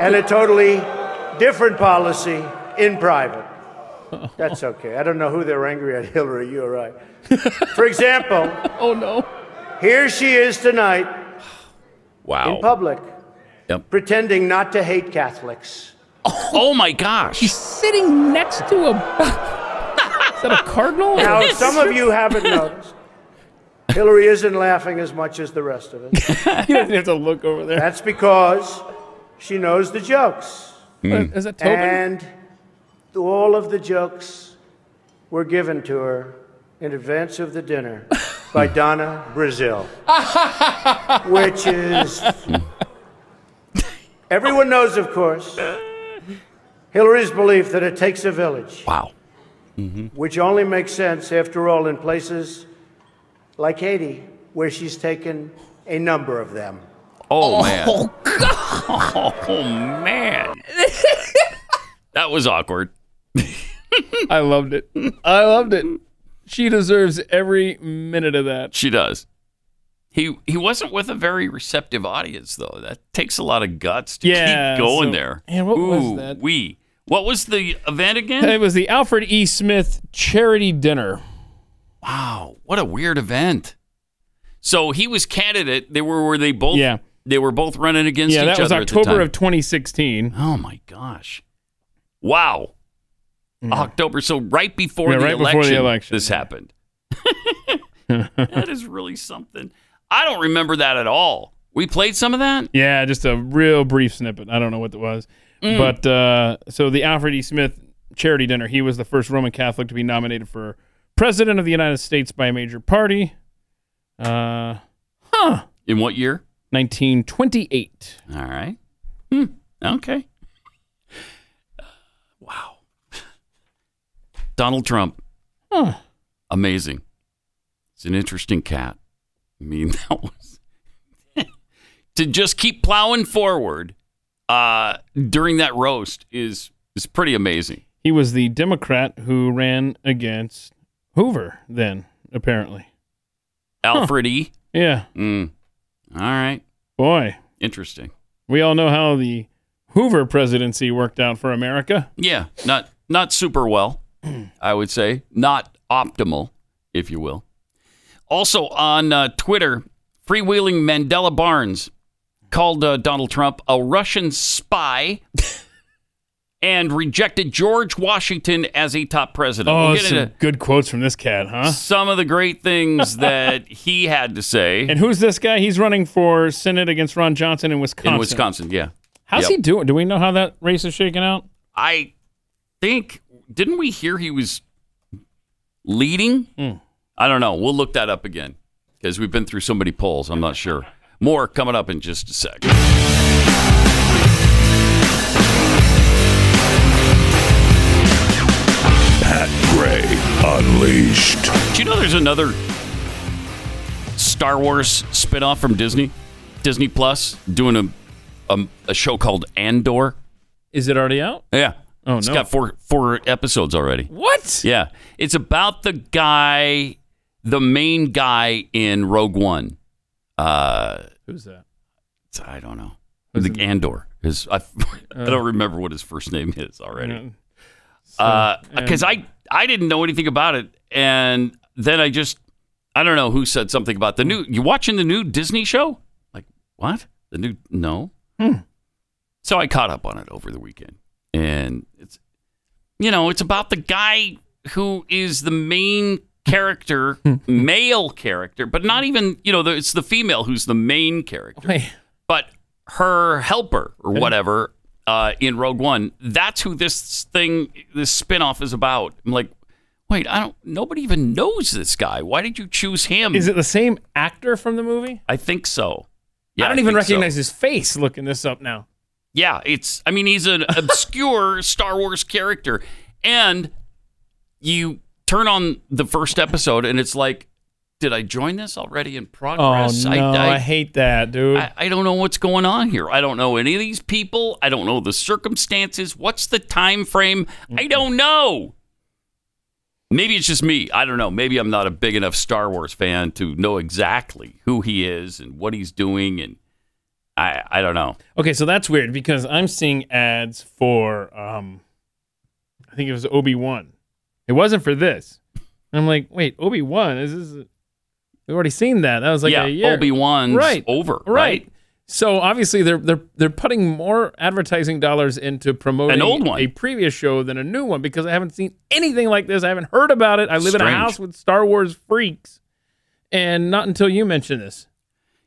S19: and a totally different policy in private. That's okay. I don't know who they're angry at, Hillary. You're right. For example,
S3: oh no,
S19: here she is tonight
S2: Wow.
S19: in public,
S2: Yep.
S19: pretending not to hate Catholics.
S2: Oh my gosh. She's
S3: sitting next to a. is that a cardinal?
S19: Now, if some of you haven't noticed, Hillary isn't laughing as much as the rest of us.
S3: you don't have to look over there.
S19: That's because she knows the jokes.
S2: Hmm.
S3: Mm. Is it Tobin?
S19: And all of the jokes were given to her in advance of the dinner by Donna Brazil, which is. Everyone knows, of course, Hillary's belief that it takes a village.
S2: Wow.
S19: Which only makes sense, after all, in places like Haiti, where she's taken a number of them.
S2: Oh, man. Oh man. That was awkward.
S3: I loved it. I loved it. She deserves every minute of that.
S2: She does. He he wasn't with a very receptive audience though. That takes a lot of guts to
S3: Yeah,
S2: keep going
S3: so-
S2: there.
S3: Yeah, what was
S2: Ooh,
S3: that?
S2: We. What was the event again?
S3: It was the Alfred E. Smith charity dinner.
S2: Wow, what a weird event. So he was candidate. They were were they both
S3: Yeah.
S2: they were both running against
S3: yeah,
S2: each
S3: that was
S2: other at the
S3: October
S2: time.
S3: of 2016.
S2: Oh my gosh. Wow. October. So right before,
S3: Yeah,
S2: the,
S3: right
S2: election,
S3: before the election,
S2: this happened. that is really something. I don't remember that at all. We played some of that.
S3: Yeah, just a real brief snippet. I don't know what it was.
S2: Mm.
S3: But uh, so the Alfred E. Smith charity dinner, he was the first Roman Catholic to be nominated for president of the United States by a major party. Uh, huh.
S2: In what year?
S3: 1928.
S2: All right. Hmm. Okay. Wow. Donald Trump.
S3: Huh.
S2: Amazing. It's an interesting cat. I mean, that was to just keep plowing forward uh, during that roast is is pretty amazing.
S3: He was the Democrat who ran against Hoover then, apparently.
S2: Alfred E.
S3: Yeah.
S2: Mm. All right.
S3: Boy,
S2: Interesting.
S3: we all know how the Hoover presidency worked out for America.
S2: Yeah, not not super well, I would say. Not optimal, if you will. Also on uh, Twitter, freewheeling Mandela Barnes called uh, Donald Trump a Russian spy and rejected George Washington as a top president.
S3: Oh,
S2: We'll get
S3: some
S2: into
S3: good quotes from this cat, huh?
S2: some of the great things that he had to say
S3: And who's this guy? He's running for Senate against Ron Johnson in Wisconsin.
S2: in Wisconsin. Yeah.
S3: How's
S2: Yep.
S3: he doing? Do we know how that race is shaking out?
S2: I think didn't we hear he was leading? I don't know. We'll look that up again because we've been through so many polls. I'm not sure. More coming up in just a sec.
S15: Pat Gray Unleashed.
S2: Do you know there's another Star Wars spinoff from Disney, Disney Plus, doing a, a a show called Andor?
S3: Is it already out?
S2: Yeah.
S3: Oh,
S2: It's
S3: no.
S2: got four four episodes already.
S3: What?
S2: Yeah. It's about the guy, the main guy in Rogue One. Uh,
S3: Who's that?
S2: I don't know. the Andor. His, I, I
S3: Oh.
S2: don't remember what his first name is already. Because I, I didn't know anything about it. And then I just, I don't know who said something about the new, you watching the new Disney show? Like, what? The new, no.
S3: Hmm.
S2: So I caught up on it over the weekend. And it's, you know, it's about the guy who is the main character, male character, but not even, you know, the, it's the female who's the main character. But her helper or whatever uh, in Rogue One, that's who this thing, this spinoff is about. I'm like, wait, I don't, nobody even knows this guy. Why did you choose him?
S3: Is it the same actor from the movie?
S2: I think so.
S3: I don't even
S2: think so.
S3: recognize his face looking this up now.
S2: Yeah, it's. I mean, he's an obscure Star Wars character, and you turn on the first episode, and it's like, did I join this already in progress?
S3: Oh, no, I hate that, dude.
S2: I, I don't know what's going on here. I don't know any of these people. I don't know the circumstances. What's the time frame? I don't know. Maybe it's just me. I don't know. Maybe I'm not a big enough Star Wars fan to know exactly who he is and what he's doing, and I I don't know.
S3: Okay, so that's weird because I'm seeing ads for um I think it was Obi-Wan. It wasn't for this. And I'm like, "Wait, Obi-Wan is this We've already seen that. That was like
S2: yeah,
S3: a year.
S2: Obi-Wan's
S3: Right.
S2: over,
S3: Right. So obviously they're they're they're putting more advertising dollars into promoting
S2: An old one.
S3: a previous show than a new one because I haven't seen anything like this. I haven't heard about it. I live in a
S2: Strange.
S3: house with Star Wars freaks, and not until you mention this.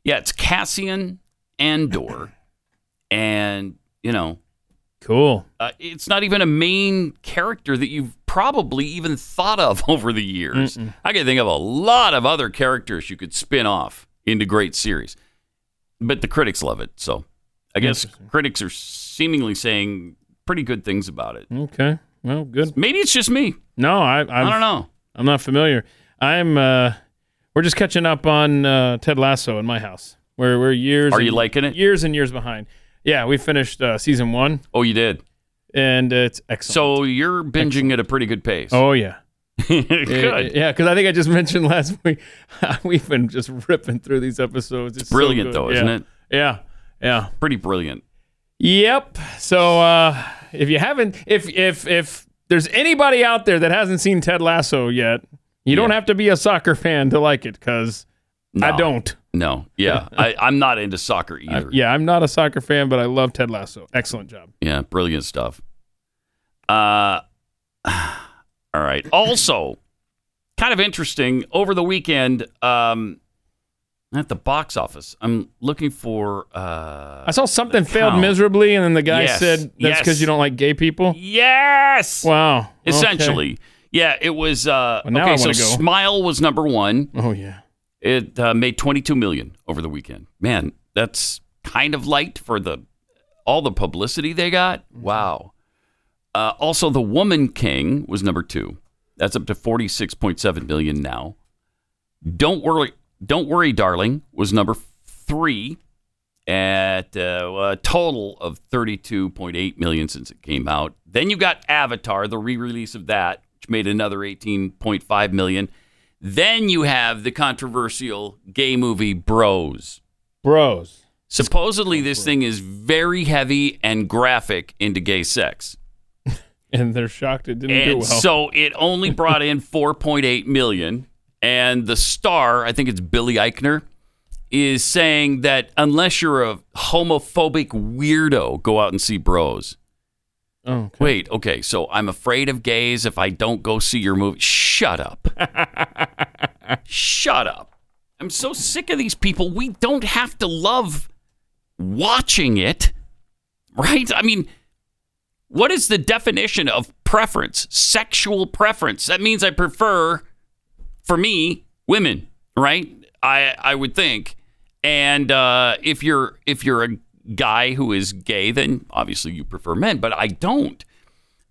S2: Yeah, it's Cassian Andor, and you know,
S3: Cool.
S2: uh, it's not even a main character that you've probably even thought of over the years. I can think of a lot of other characters you could spin off into great series, but the critics love it. So, I guess critics are seemingly saying pretty good things about it.
S3: Okay. Well, good.
S2: Maybe it's just me.
S3: No, I I've,
S2: I don't know.
S3: I'm not familiar. I'm. uh We're just catching up on uh, Ted Lasso in my house. We're we're years.
S2: Are
S3: and-
S2: you liking it?
S3: Years and years behind. Yeah, we finished uh, season one,
S2: Oh, you did.
S3: and uh, it's excellent.
S2: So you're binging at a pretty good pace.
S3: oh yeah,
S2: good.
S3: Yeah, yeah. Because I think I just mentioned last week we've been just ripping through these episodes. It's, so
S2: Brilliant
S3: good.
S2: though, isn't
S3: Yeah.
S2: it?
S3: Yeah, yeah.
S2: Pretty brilliant.
S3: Yep. So uh, if you haven't, if if if there's anybody out there that hasn't seen Ted Lasso yet, you don't have to be a soccer fan to like it, because I
S2: No.
S3: don't.
S2: No, yeah, I, I'm not into soccer e- either.
S3: Yeah, I'm not a soccer fan, but I love Ted Lasso. Excellent job.
S2: Yeah, brilliant stuff. Uh, all right. Also, kind of interesting. Over the weekend, um, at the box office, I'm looking for. Uh,
S3: I saw something failed
S2: count.
S3: miserably, and then the guy
S2: Yes,
S3: said that's
S2: yes.
S3: because you don't like gay people.
S2: Yes.
S3: Wow. Oh, Okay.
S2: Essentially, Yeah, it was. Uh,
S3: Well, now I
S2: okay, so
S3: wanna go.
S2: Smile was number one.
S3: Oh, yeah.
S2: It uh, made 22 million over the weekend. Man, that's kind of light for the all the publicity they got. Wow. Uh, also, The Woman King was number two. That's up to 46.7 million now. Don't worry, don't worry, darling was number three at uh, a total of 32.8 million since it came out. Then you got Avatar, the re-release of that, which made another 18.5 million. Then you have the controversial gay movie Bros.
S3: Bros.
S2: Supposedly, this thing is very heavy and graphic into gay sex.
S3: And they're shocked it didn't do
S2: And
S3: well.
S2: so it only brought in 4.8 million. And the star, I think it's Billy Eichner, is saying that unless you're a homophobic weirdo, go out and see Bros.
S3: Oh,
S2: Wait, okay, so I'm afraid of gays if I don't go see your movie. Shut up. Shut up. I'm so sick of these people. We don't have to love watching it, right? I mean, what is the definition of preference? Sexual preference. That means I prefer, for me, women, right? I I would think. And uh, if you're if you're a guy who is gay, then obviously you prefer men. But I don't.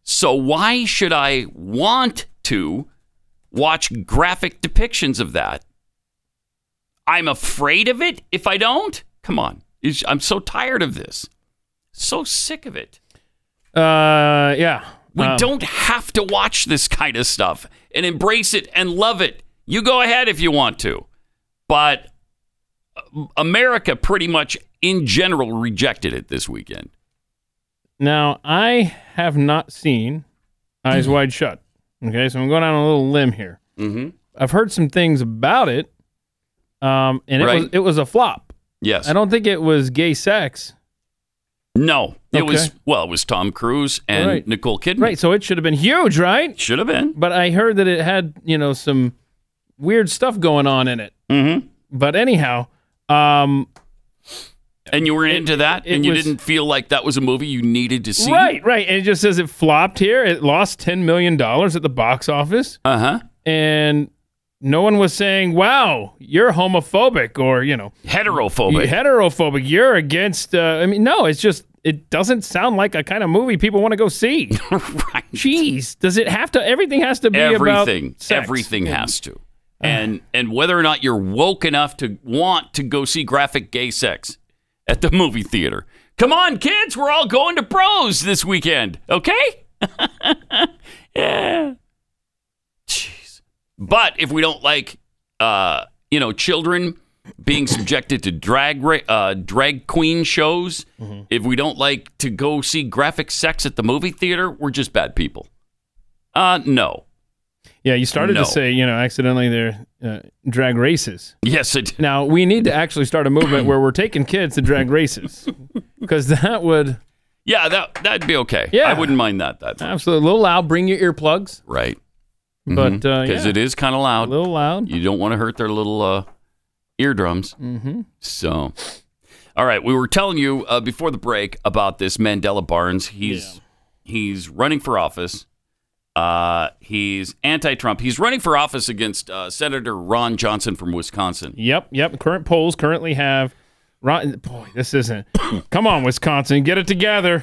S2: So why should I want to watch graphic depictions of that? I'm afraid of it if I don't. Come on, It's- I'm so tired of this. So sick of it.
S3: Uh, yeah.
S2: We
S3: Um,
S2: don't have to watch this kind of stuff and embrace it and love it. You go ahead if you want to. But uh, America pretty much in general rejected it this weekend.
S3: Now, I have not seen Eyes Wide Shut. Okay, so I'm going on a little limb here.
S2: Mm-hmm.
S3: I've heard some things about it, um, and it
S2: Right.
S3: was it was a flop.
S2: Yes.
S3: I don't think it was gay sex.
S2: No, it was
S3: Okay.
S2: well, it was Tom Cruise and
S3: Right.
S2: Nicole Kidman.
S3: Right, so it should have been huge, right?
S2: Should have been.
S3: But I heard that it had you know some weird stuff going on in it.
S2: Mm-hmm.
S3: But anyhow, um,
S2: And you were into that
S3: it
S2: and you
S3: was-
S2: didn't feel like that was a movie you needed to see.
S3: Right, right. And it just says it flopped here. It lost ten million dollars at the box office.
S2: Uh huh.
S3: And no one was saying, "Wow, you're homophobic," or you know,
S2: Heterophobic.
S3: heterophobic. You're against. Uh, I mean, no. It's just it doesn't sound like a kind of movie people want to go see.
S2: right.
S3: Jeez, does it have to? Everything has to be about
S2: everything
S3: sex. Uh-huh.
S2: everything has to and and whether or not you're woke enough to want to go see graphic gay sex at the movie theater come on kids we're all going to bros this weekend okay yeah jeez but if we don't like uh you know children being subjected to drag ra- uh, drag queen shows
S3: Mm-hmm.
S2: if we don't like to go see graphic sex at the movie theater we're just bad people uh no
S3: Yeah, you started
S2: No.
S3: to say, you know, accidentally they're uh, drag races.
S2: Yes, it.
S3: Now we need to actually start a movement where we're taking kids to drag races, because that would
S2: Yeah, that that'd be okay.
S3: Yeah.
S2: I wouldn't mind that. That
S3: absolutely a little loud. Bring your earplugs.
S2: right,
S3: But, uh,
S2: because
S3: yeah.
S2: Mm-hmm. it is kind of loud,
S3: A little loud.
S2: you don't want to hurt their little uh, eardrums.
S3: Mm-hmm.
S2: So, all right, we were telling you uh, before the break about this Mandela Barnes. He's he's running for office. Uh, he's anti-Trump. He's running for office against uh, Senator Ron Johnson from Wisconsin.
S3: Yep, yep. Current polls currently have Ron. Boy, this isn't. Come on, Wisconsin, get it together.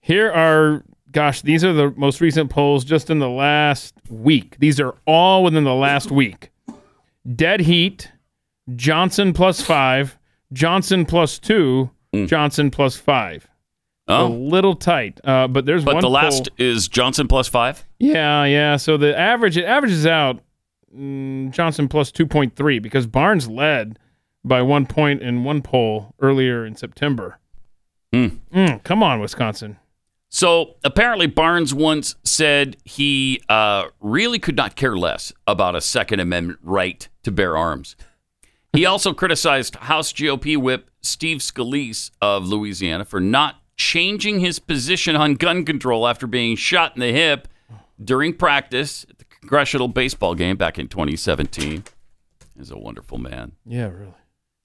S3: Here are, gosh, these are the most recent polls just in the last week. These are all within the last week. Dead Heat, Johnson plus five, Johnson plus two, Johnson plus five.
S2: Mm. Oh.
S3: A little tight, uh, but there's
S2: But
S3: one.
S2: the
S3: poll-
S2: last is Johnson plus five.
S3: yeah, yeah. So the average it averages out mm, Johnson plus two point three because Barnes led by one point in one poll earlier in September. Mm, come on, Wisconsin.
S2: So apparently, Barnes once said he uh, really could not care less about a Second Amendment right to bear arms. He also criticized House GOP whip Steve Scalise of Louisiana for not changing his position on gun control after being shot in the hip during practice at the congressional baseball game back in 2017. He's a wonderful man.
S3: Yeah, really.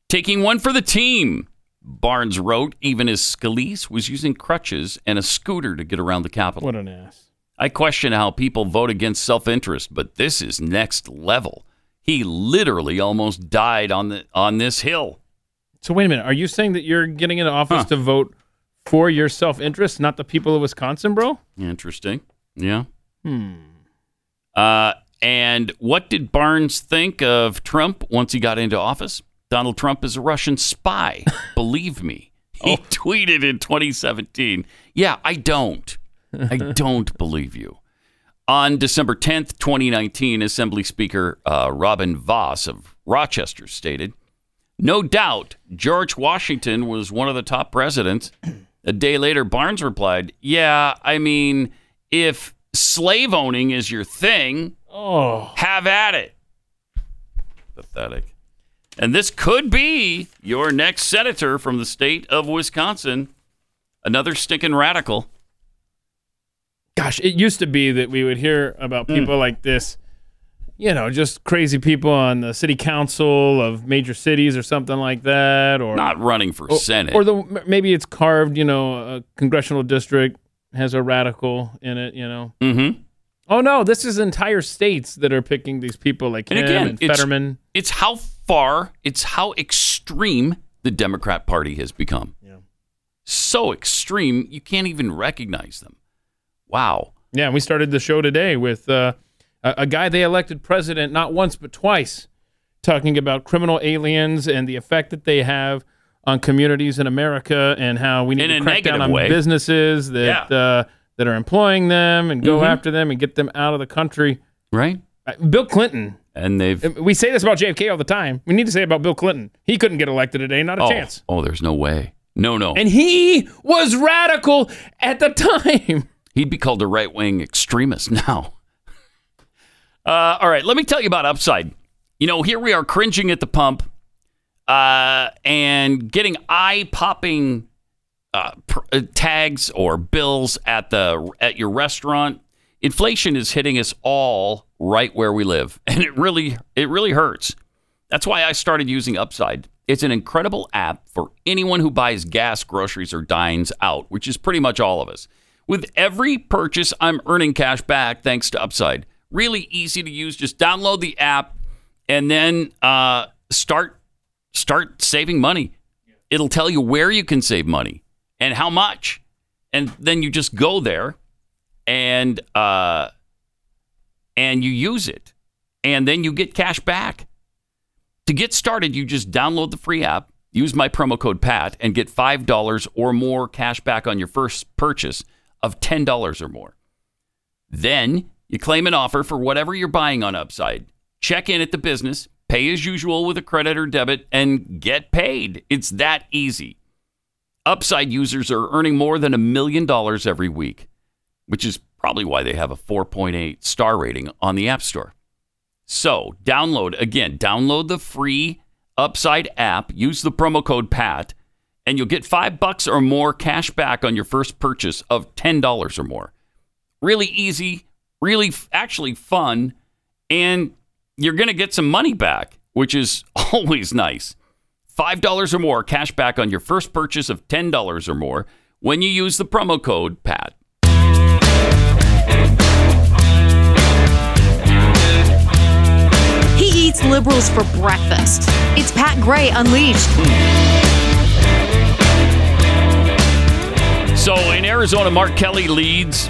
S2: Taking one for the team, Barnes wrote, even as Scalise was using crutches and a scooter to get around the Capitol.
S3: What an ass.
S2: I question how people vote against self interest, but this is next level. He literally almost died on the on this hill.
S3: So wait a minute. Are you saying that you're getting into office to vote for your self-interest, not the people of Wisconsin, bro?
S2: Interesting. Yeah.
S3: Hmm.
S2: Uh, and what did Barnes think of Trump once he got into office? Donald Trump is a Russian spy. Believe me. He tweeted in 2017. Yeah, I don't. I don't believe you. On December 10th, 2019, Assembly Speaker uh, Robin Voss of Rochester stated, No doubt George Washington was one of the top presidents. A day later, Barnes replied, Yeah, I mean, if slave owning is your thing,
S3: oh.
S2: have at it. Pathetic. And this could be your next senator from the state of Wisconsin. Another stinking radical.
S3: Gosh, it used to be that we would hear about
S2: Hmm.
S3: people like this, you know, just crazy people on the city council of major cities or something like that, or
S2: Not running for
S3: or,
S2: Senate.
S3: or the maybe it's carved, you know, a congressional district has a radical in it, you know.
S2: Mm-hmm.
S3: Oh no, this is entire states that are picking these people like
S2: And
S3: him
S2: again,
S3: and
S2: it's-
S3: Fetterman.
S2: It's how far, it's how extreme the Democrat Party has become. Yeah. So extreme, you can't even recognize them. Wow.
S3: Yeah, and we started the show today with uh, a, a guy they elected president not once but twice, talking about criminal aliens and the effect that they have on communities in America and how we need
S2: In a
S3: to crack down
S2: negative
S3: on
S2: way.
S3: businesses that uh, that are employing them and go
S2: Mhm.
S3: after them and get them out of the country. Uh,
S2: Right.
S3: Bill Clinton. uh,
S2: And they've
S3: We say this about JFK all the time. We need to say about Bill Clinton. He couldn't get elected today, not a
S2: oh,
S3: chance.
S2: Oh, there's no way. No, no.
S3: And he was radical at the time.
S2: He'd be called a right wing extremist now. Uh, all right, let me tell you about Upside. You know, here we are cringing at the pump uh, and getting eye popping uh, pr- uh, tags or bills at the at your restaurant. Inflation is hitting us all right where we live, and it really it really hurts. That's why I started using Upside. It's an incredible app for anyone who buys gas, groceries, or dines out, which is pretty much all of us. With every purchase, I'm earning cash back thanks to Upside. Really easy to use. Just download the app and then uh, start start saving money. It'll tell you where you can save money and how much, and then you just go there and uh, and you use it, and then you get cash back. To get started, you just download the free app, use my promo code PAT, and get $5 or more cash back on your first purchase of $10 or more. Then you claim an offer for whatever you're buying on Upside. Check in at the business, pay as usual with a credit or debit, and get paid. It's that easy. Upside users are earning more than a million dollars every week, which is probably why they have a 4.8 star rating on the App Store. So, download again, download the free Upside app, use the promo code PAT, and you'll get 5 bucks or more cash back on your first purchase of $10 or more. Really easy, really f- actually fun, and you're going to get some money back, which is always nice. $5 or more cash back on your first purchase of $10 or more when you use the promo code PAT.
S14: He eats liberals for breakfast. It's Pat Gray Unleashed.
S2: So in Arizona, Mark Kelly leads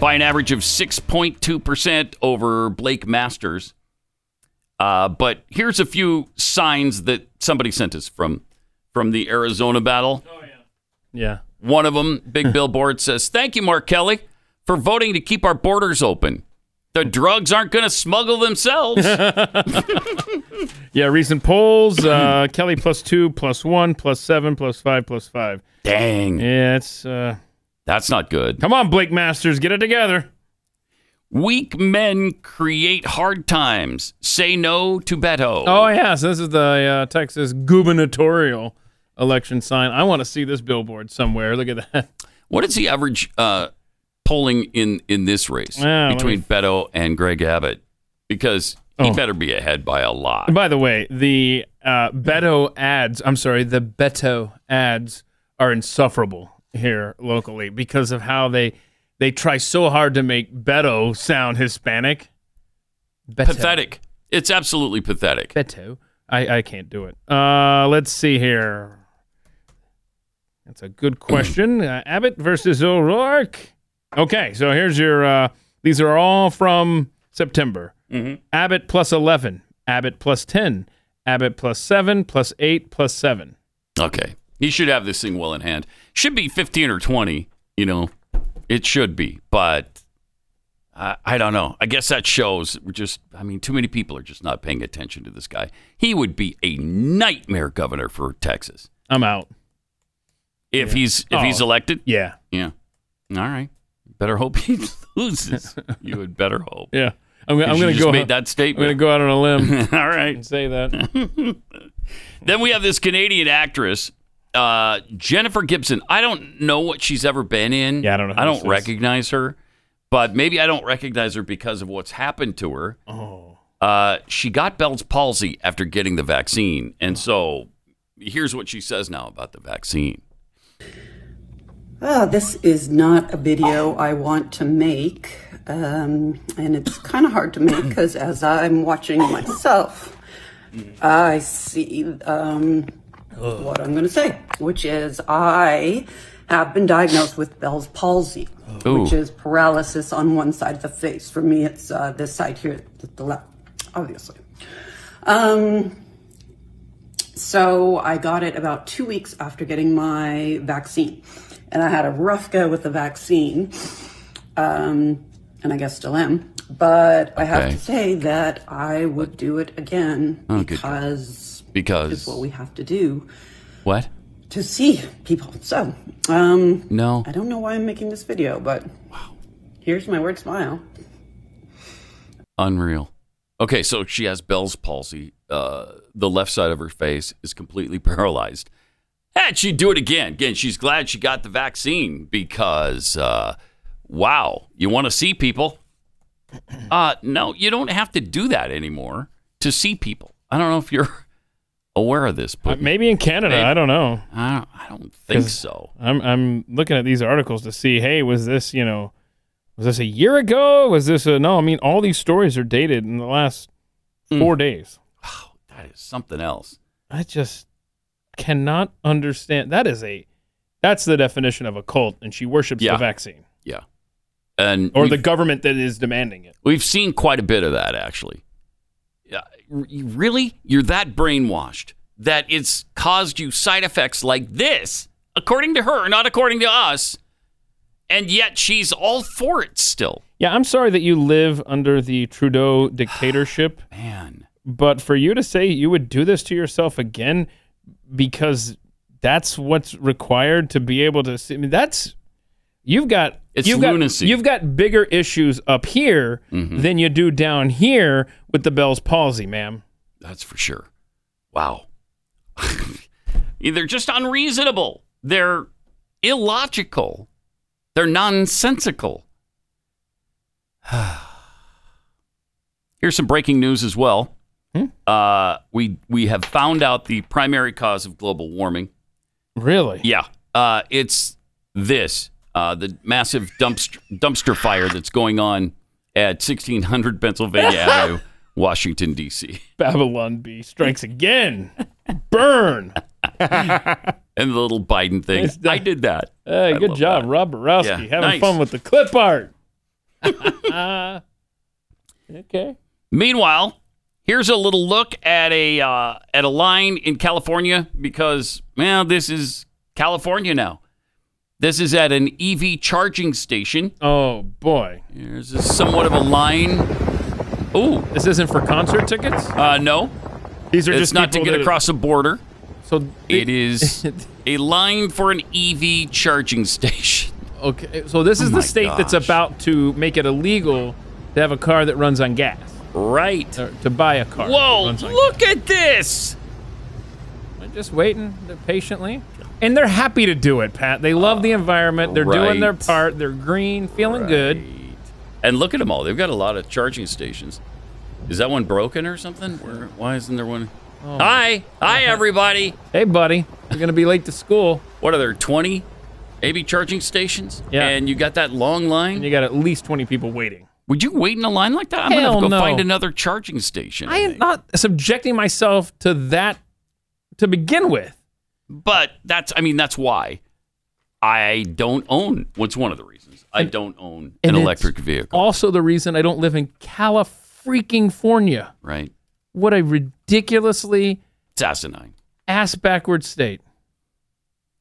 S2: by an average of 6.2% over Blake Masters. Uh, but here's a few signs that somebody sent us from from the Arizona battle.
S3: Yeah.
S2: One of them, big billboard says, "Thank you, Mark Kelly, for voting to keep our borders open. The drugs aren't going to smuggle themselves."
S3: Uh, Yeah, recent polls: uh, Kelly plus two, plus one, plus seven, plus five, plus five.
S2: Dang.
S3: Yeah, it's. Uh,
S2: That's not good.
S3: come on, Blake Masters, get it together.
S2: Weak men create hard times. Say no to Beto.
S3: Oh yeah, so this is the uh, Texas gubernatorial election sign. I want to see this billboard somewhere. Look at that.
S2: What is the average uh, polling in in this race
S3: Yeah, let
S2: between
S3: me-
S2: Beto and Greg Abbott? Because he
S3: Oh.
S2: better be ahead by a lot.
S3: By the way, the uh, Beto ads, I'm sorry, the Beto ads are insufferable here locally because of how they they try so hard to make Beto sound Hispanic. Beto.
S2: Pathetic. It's absolutely pathetic.
S3: Beto. I, I can't do it. Uh, let's see here. That's a good question. uh, Abbott versus O'Rourke. Okay, so here's your. Uh, these are all from September.
S2: Mm-hmm.
S3: Abbott plus eleven. Abbott plus ten. Abbott plus seven. Plus eight. Plus seven.
S2: Okay. He should have this thing well in hand. Should be 15 or 20, you know. It should be, but I, I don't know. I guess that shows we're just, I mean, too many people are just not paying attention to this guy. He would be a nightmare governor for Texas
S3: I'm out.
S2: if he's if he's
S3: Oh,
S2: elected.
S3: Yeah.
S2: Yeah. All right. Better hope he loses. you would better hope.
S3: Yeah. I'm, gonna-
S2: 'Cause
S3: I'm
S2: you
S3: going to
S2: just
S3: go.
S2: made that statement.
S3: I'm going to go out on a limb.
S2: All right.
S3: And say that.
S2: Then we have this Canadian actress, uh, Jennifer Gibson. I don't know what she's ever been in. Yeah, I don't know. I
S3: who this
S2: don't
S3: is.
S2: recognize her, but maybe I don't recognize her because of what's happened to her. Oh. Uh, she got Bell's palsy after getting the vaccine, and so here's what she says now about the vaccine.
S20: Well, Oh, this is not a video I want to make, um, and it's kind of hard to make because as I'm watching myself, I see um, what I'm going to say, which is I have been diagnosed with Bell's palsy,
S21: Ooh.
S20: which is paralysis on one side of the face. For me, it's uh, this side here, the, the left, obviously. Um, so I got it about two weeks after getting my vaccine. And I had a rough go with the vaccine. Um, and I guess still am. But I have
S2: Okay.
S20: to say that I would do it again
S2: Oh, good.
S20: because it's
S2: Because
S20: what we have to do
S2: what?
S20: to see people. So, um,
S2: No.
S20: I don't know why I'm making this video, but here's my weird smile.
S2: Unreal. Okay, so she has Bell's palsy. Uh, the left side of her face is completely paralyzed. And she'd do it again. Again, she's glad she got the vaccine because, uh, wow, you want to see people? Uh, no, you don't have to do that anymore to see people. I don't know if you're aware of this,
S3: Uh,
S2: but
S3: maybe in Canada.
S2: Maybe.
S3: I don't know.
S2: I don't, I don't think
S3: 'Cause
S2: so.
S3: I'm I'm looking at these articles to see, hey, was this you know, was this a year ago? Was this a no? I mean, all these stories are dated in the last
S2: Hmm.
S3: four days.
S2: That is something else.
S3: I just cannot understand. That is a that's the definition of a cult, and she worships
S2: Yeah.
S3: the vaccine
S2: Yeah. And
S3: or
S2: we've-
S3: the government that is demanding it.
S2: We've seen quite a bit of that, actually. Yeah, r- you- Really? You're that brainwashed that it's caused you side effects like this, according to her, not according to us. And yet she's all for it still.
S3: Yeah, I'm sorry that you live under the Trudeau dictatorship,
S2: man.
S3: But for you to say you would do this to yourself again because that's what's required to be able to see. I mean, that's you've got
S2: It's
S3: you've
S2: lunacy. Mm-hmm.
S3: Got, you've got bigger issues up here than you do down here with the Bell's palsy, ma'am.
S2: That's for sure. Wow. They're just unreasonable. They're illogical. They're nonsensical. Here's some breaking news as well. Uh, we we have found out the primary cause of global warming.
S3: Really?
S2: Yeah. Uh, it's this uh, the massive dumpster, dumpster fire that's going on at 1600 Pennsylvania Avenue, Washington, D.C.
S3: Babylon B strikes again. Burn.
S2: and the little Biden thing.
S3: Nice
S2: I did that.
S3: Hey,
S2: I
S3: good
S2: love
S3: job,
S2: that.
S3: Rob Borowski.
S2: Yeah,
S3: Having
S2: nice.
S3: fun with the clip art. okay.
S2: Meanwhile, here's a little look at a uh, at a line in California because well, this is California now. This is at an EV charging station.
S3: Oh boy,
S2: here's a somewhat of a line. Ooh,
S3: this isn't for concert tickets.
S2: Uh, no,
S3: These are
S2: it's
S3: just
S2: not to
S3: people
S2: get
S3: that-
S2: across a border.
S3: So
S2: it is a line for an EV charging station.
S3: Okay, so this
S2: Oh
S3: is
S2: my
S3: the state that's
S2: gosh.
S3: about to make it illegal to have a car that runs on gas.
S2: Right.
S3: to buy a car. that
S2: Whoa!
S3: runs on
S2: Look at this.
S3: I'm just waiting patiently. And they're happy to do it, Pat. They love the environment. They're doing their
S2: right.
S3: part. They're green, feeling good.
S2: And look at them all. They've got a lot of charging stations. Is that one broken or something? Where, why isn't there one? Hi. Hi, everybody.
S3: Hey, buddy. You're going to be late to school.
S2: What are there, 20 AV charging stations, and you got that long line.
S3: And you got at least 20 people waiting.
S2: Would you wait in a line like that? I'm gonna have
S3: Hell
S2: to go
S3: no.
S2: find another charging station.
S3: I am not subjecting myself to that to begin with.
S2: But that's, I mean, that's why I don't own. What's one of the reasons I don't own an
S3: and it's-
S2: electric vehicle?
S3: Also, the reason I don't live in California.
S2: Right?
S3: What a ridiculously
S2: It's asinine.
S3: ass backward state.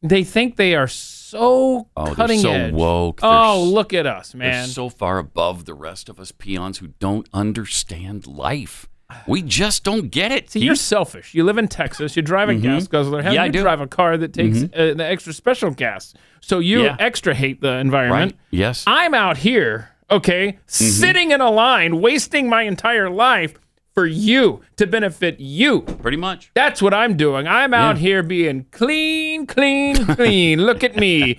S3: They think they are so
S2: Oh, they're
S3: cutting
S2: so
S3: edge.
S2: woke. They're
S3: Oh,
S2: s-
S3: look at us,
S2: They're
S3: man.
S2: so far above the rest of us peons who don't understand life. We just don't get it.
S3: See, you're selfish. You live in Texas. You drive a
S2: Mhm.
S3: gas guzzler. How
S2: Yeah, I
S3: do
S2: do.
S3: you drive a car that takes
S2: Mhm.
S3: uh, the extra special gas? So you
S2: Yeah.
S3: extra hate the environment.
S2: Right. Yes. Mm-hmm.
S3: I'm out here, okay, sitting in a line, wasting my entire life for you to benefit you.
S2: Pretty much.
S3: That's what I'm doing. I'm out here being clean, clean, clean. Look at me.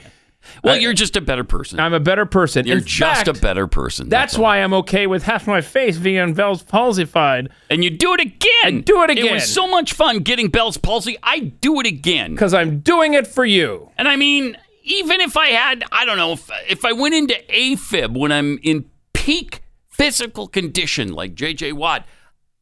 S2: Well, you're just a better person.
S3: I'm a better person.
S2: You're
S3: In
S2: just
S3: fact,
S2: a better person.
S3: That's, why I'm okay with half my face being Bell's palsified.
S2: And you do it again.
S3: do it again.
S2: It was so much fun getting Bell's palsy. I do it again.
S3: Because I'm doing it for you.
S2: And I mean, even if I had, I don't know, if, if I went into AFib when I'm in peak physical condition, like JJ Watt,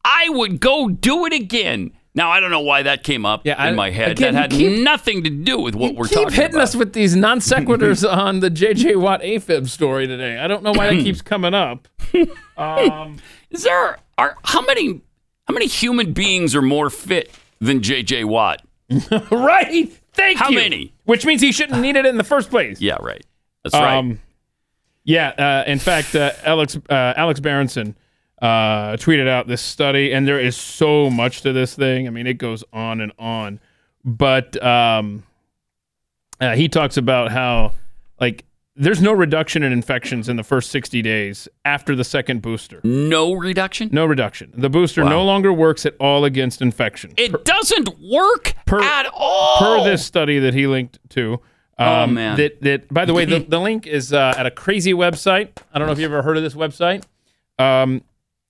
S2: I would go do it again. Now, I don't know why that came up
S3: Yeah, I-
S2: in my head.
S3: again,
S2: that had
S3: you keep-
S2: nothing to do with what we're
S3: Keep
S2: talking
S3: hitting
S2: about.
S3: us with these non sequiturs on the JJ Watt AFib story today. I don't know why that keeps coming up. Um,
S2: Is there are how many how many human beings are more fit than JJ Watt?
S3: right? Thank
S2: How
S3: you.
S2: many?
S3: Which means he shouldn't need it in the first place.
S2: Yeah, right. That's right.
S3: Um, yeah. Uh, in fact, uh, Alex uh, Alex Berenson uh, tweeted out this study, and there is so much to this thing. I mean, it goes on and on. But um, uh, he talks about how like there's no reduction in infections in the first 60 days after the second booster.
S2: No reduction.
S3: No reduction. The booster no
S2: Wow.
S3: longer works at all against infection.
S2: it doesn't work at all.
S3: per this study that he linked to. um,
S2: Oh, man.
S3: That that by the way, the, the link is uh, at a crazy website. I don't know if you ever heard of this website. Um,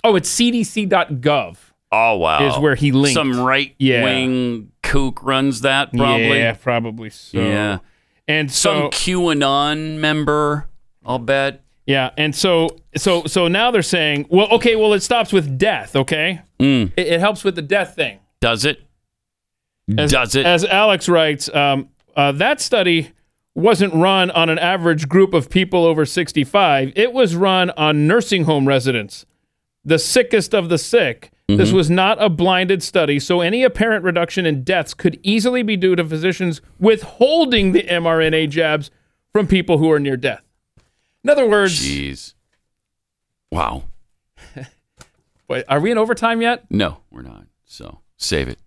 S3: oh, it's cdc.gov.
S2: Oh wow.
S3: Is where he linked.
S2: Some right
S3: Yeah.
S2: wing kook runs that probably.
S3: Yeah, probably so.
S2: Yeah.
S3: And
S2: Some
S3: so
S2: QAnon member, I'll bet.
S3: yeah, and so so so now they're saying, well, okay, well, it stops with death. Okay,
S2: Mm.
S3: it, it helps with the death thing.
S2: Does it? Does it?
S3: As Alex writes, um, uh, that study wasn't run on an average group of people over 65. It was run on nursing home residents, the sickest of the sick. This was not a blinded study, so any apparent reduction in deaths could easily be due to physicians withholding the mRNA jabs from people who are near death. In other words,
S2: Jeez. Wow.
S3: wait, are we in overtime yet?
S2: No, we're not. So save it.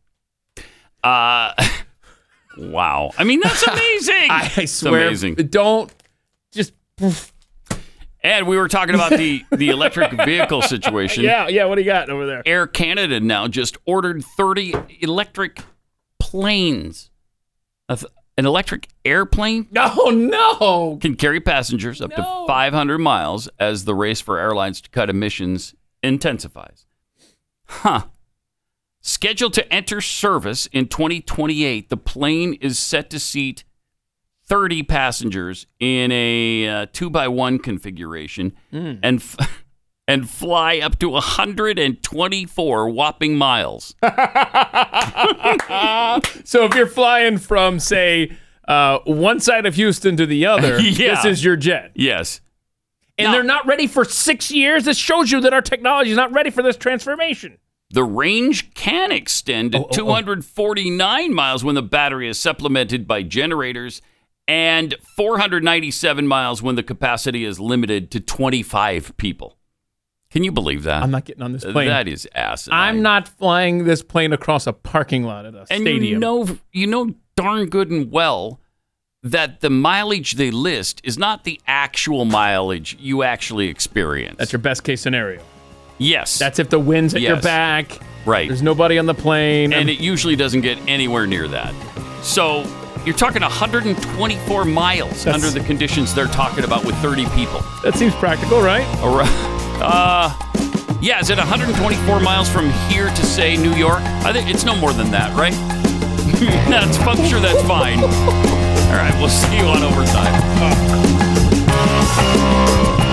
S2: Uh wow. I mean that's amazing.
S3: I, I
S2: It's
S3: swear,
S2: amazing.
S3: don't just
S2: And we were talking about the the electric vehicle situation.
S3: yeah, yeah. What do you got over there?
S2: Air Canada now just ordered 30 electric planes. A th- An electric airplane
S3: No, no.
S2: can carry passengers up to 500 miles as the race for airlines to cut emissions intensifies. Huh. Scheduled to enter service in 2028, the plane is set to seat 30 passengers in a uh, two by one configuration
S3: Mm.
S2: and f- and fly up to 124 whopping miles.
S3: so if you're flying from say uh, one side of Houston to the other,
S2: Yeah.
S3: this is your jet.
S2: Yes.
S3: And they're not ready for six years. This shows you that our technology is not ready for this transformation.
S2: The range can extend
S3: Oh,
S2: to 249 miles when the battery is supplemented by generators and 497 miles when the capacity is limited to 25 people. Can you believe that?
S3: I'm not getting on this plane.
S2: Uh, That is asinine.
S3: I'm not flying this plane across a parking lot at a
S2: and
S3: stadium.
S2: you know you know darn good and well that the mileage they list is not the actual mileage you actually experience.
S3: That's your best case scenario.
S2: yes.
S3: That's if the wind's at your
S2: Yes.
S3: back.
S2: right.
S3: There's nobody on the plane.
S2: and it usually doesn't get anywhere near that. So you're talking 124 miles
S3: That's-
S2: under the conditions they're talking about with 30 people.
S3: that seems practical, right?
S2: Ar- Uh, yeah, is it 124 miles from here to say New York? I think it's no more than that, right? that's I'm sure that's fine. All right, we'll see you on overtime.